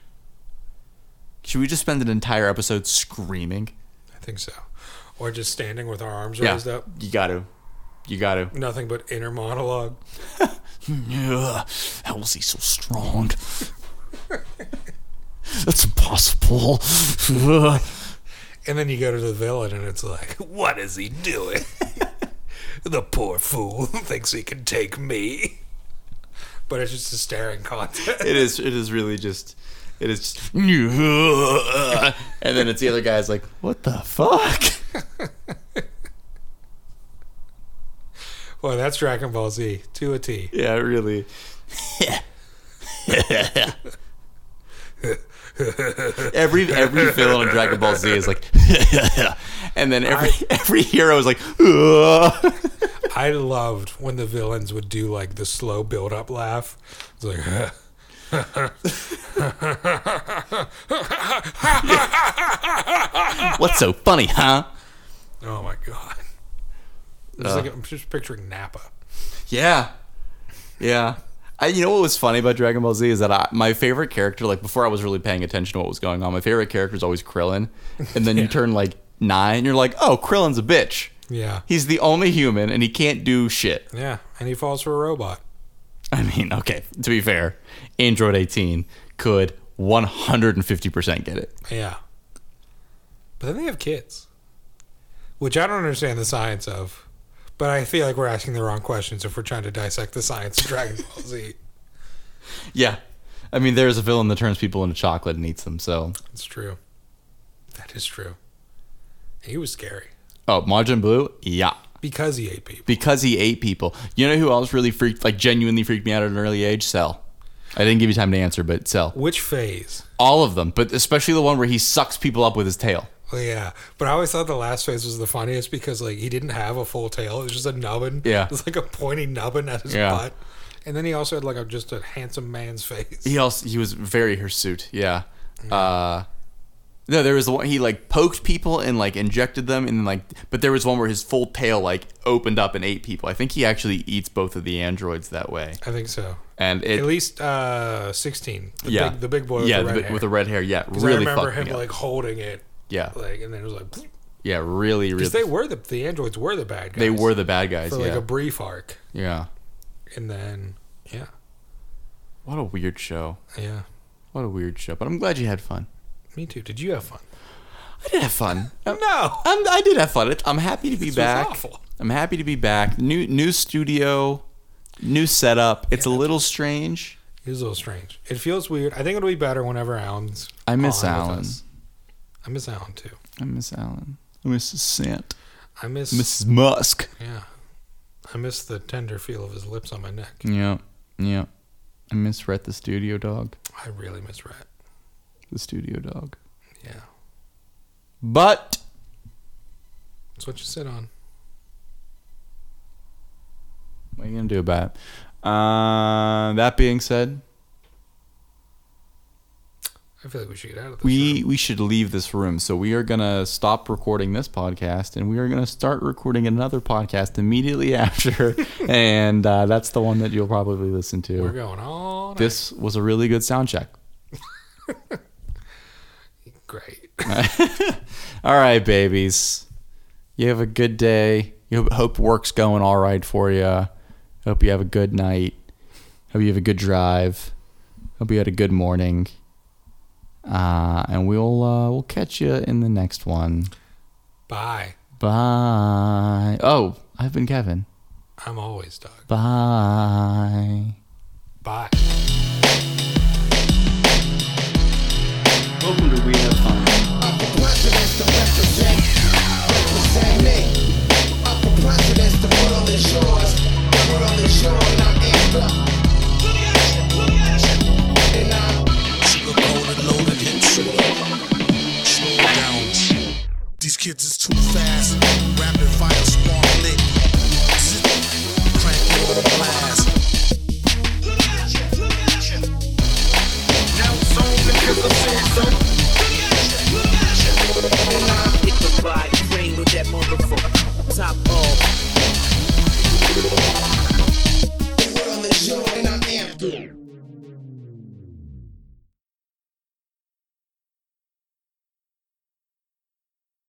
Speaker 2: Should we just spend an entire episode screaming?
Speaker 1: I think so. Or just standing with our arms raised up.
Speaker 2: You got to. You got to.
Speaker 1: Nothing but inner monologue.
Speaker 2: Yeah, how is he so strong? That's impossible. Ugh.
Speaker 1: And then you go to the villain and it's like, what is he doing? the poor fool thinks he can take me. But it's just a staring contest.
Speaker 2: it is. It is really just. It is. Just, "Ugh." and then it's the other guy's like, "What the fuck?"
Speaker 1: Well, that's Dragon Ball Z to a T.
Speaker 2: Yeah, really. every every villain in Dragon Ball Z is like, and then every every hero is like, "Ugh."
Speaker 1: I loved when the villains would do like the slow build up laugh. It's like,
Speaker 2: "What's so funny, huh?"
Speaker 1: oh my God. It's
Speaker 2: Uh.
Speaker 1: like, I'm just picturing Napa.
Speaker 2: Yeah. Yeah. I, you know what was funny about Dragon Ball Z is that I, my favorite character, like before I was really paying attention to what was going on, my favorite character is always Krillin. And then you turn like nine, you're like, oh, Krillin's a bitch.
Speaker 1: Yeah.
Speaker 2: He's the only human and he can't do shit.
Speaker 1: Yeah. And he falls for a robot.
Speaker 2: I mean, okay, to be fair, Android 18 could 150% get it.
Speaker 1: Yeah. But then they have kids, which I don't understand the science of. But I feel like we're asking the wrong questions if we're trying to dissect the science of Dragon Ball Z.
Speaker 2: Yeah. I mean, there's a villain that turns people into chocolate and eats them, so.
Speaker 1: It's true. That is true. He was scary
Speaker 2: Oh, Majin Blue? Yeah.
Speaker 1: because he ate people.
Speaker 2: because he ate people. You know who else really freaked, like genuinely freaked me out at an early age? Cell. I didn't give you time to answer, but Cell.
Speaker 1: Which phase?
Speaker 2: All of them, but especially the one where he sucks people up with his tail.
Speaker 1: Oh, yeah. But I always thought the last phase was the funniest because, like, he didn't have a full tail. It was just a nubbin.
Speaker 2: Yeah.
Speaker 1: It was like a pointy nubbin at his
Speaker 2: Yeah.
Speaker 1: butt. And then he also had, like, a, just a handsome man's face.
Speaker 2: He also he was very hirsute. Yeah. Uh, no, there was the one he like poked people and like injected them, and like, but there was one where his full tail like opened up and ate people. I think he actually eats both of the androids that way,
Speaker 1: I think so.
Speaker 2: and it
Speaker 1: At least uh, 16. The
Speaker 2: yeah
Speaker 1: Big, the big boy with
Speaker 2: yeah
Speaker 1: the red
Speaker 2: big-
Speaker 1: hair.
Speaker 2: with the red hair yeah
Speaker 1: 'Cause
Speaker 2: really
Speaker 1: I remember
Speaker 2: fucked
Speaker 1: him
Speaker 2: me up.
Speaker 1: like holding it,
Speaker 2: yeah
Speaker 1: like, and then it was like
Speaker 2: yeah really really
Speaker 1: because they were the the androids were the bad guys.
Speaker 2: they were the bad guys
Speaker 1: for
Speaker 2: yeah
Speaker 1: like a brief arc,
Speaker 2: yeah
Speaker 1: and then yeah,
Speaker 2: What a weird show.
Speaker 1: yeah.
Speaker 2: What a weird show. But I'm glad you had fun.
Speaker 1: Me too. Did you have fun?
Speaker 2: I did have fun. I'm,
Speaker 1: No.
Speaker 2: I'm, I did have fun. It- I'm happy to be
Speaker 1: This was
Speaker 2: back.
Speaker 1: awful.
Speaker 2: I'm happy to be back. New new studio, new setup. It's a little strange.
Speaker 1: It was a little strange. It feels weird. I think it'll be better whenever Alan's.
Speaker 2: I miss
Speaker 1: on with
Speaker 2: Alan.
Speaker 1: us. I miss Alan too.
Speaker 2: I miss Alan. I miss his scent.
Speaker 1: I miss,
Speaker 2: Mrs. Musk.
Speaker 1: yeah. I miss the tender feel of his lips on my neck.
Speaker 2: Yeah. Yeah. I miss Rhett the studio dog.
Speaker 1: I really miss Rat.
Speaker 2: The studio dog.
Speaker 1: Yeah.
Speaker 2: But
Speaker 1: That's what you sit on.
Speaker 2: what are you gonna do about it? Uh, that being said,
Speaker 1: I feel like we should get out of this. room.
Speaker 2: We we should leave this room. So we are gonna stop recording this podcast, and we are gonna start recording another podcast immediately after, and uh, that's the one that you'll probably listen to.
Speaker 1: we're going all night.
Speaker 2: this was a really good sound check.
Speaker 1: great.
Speaker 2: All right, babies, you have a good day. You hope, hope work's going all right for you. Hope you have a good night. Hope you have a good drive. Hope you had a good morning. Uh, and we'll uh, we'll catch you in the next one.
Speaker 1: Bye.
Speaker 2: Bye. Oh, I've been Kevin.
Speaker 1: I'm always Doug.
Speaker 2: Bye.
Speaker 1: Bye.
Speaker 6: Welcome to We Have Fun.
Speaker 4: Up for presidents to represent, represent me. Up for presidents to put on the shores, put on the shore, and I'm amped up. And I'm sugar-coated, loaded, hit shooter. Slow down. These kids is too fast. Rapid fire, spark lit. Zip, Crank on the blast. Now it's on because I said so.
Speaker 5: Hit the body, train with that motherfucker. Top off,
Speaker 4: Put on the show and I'm amped.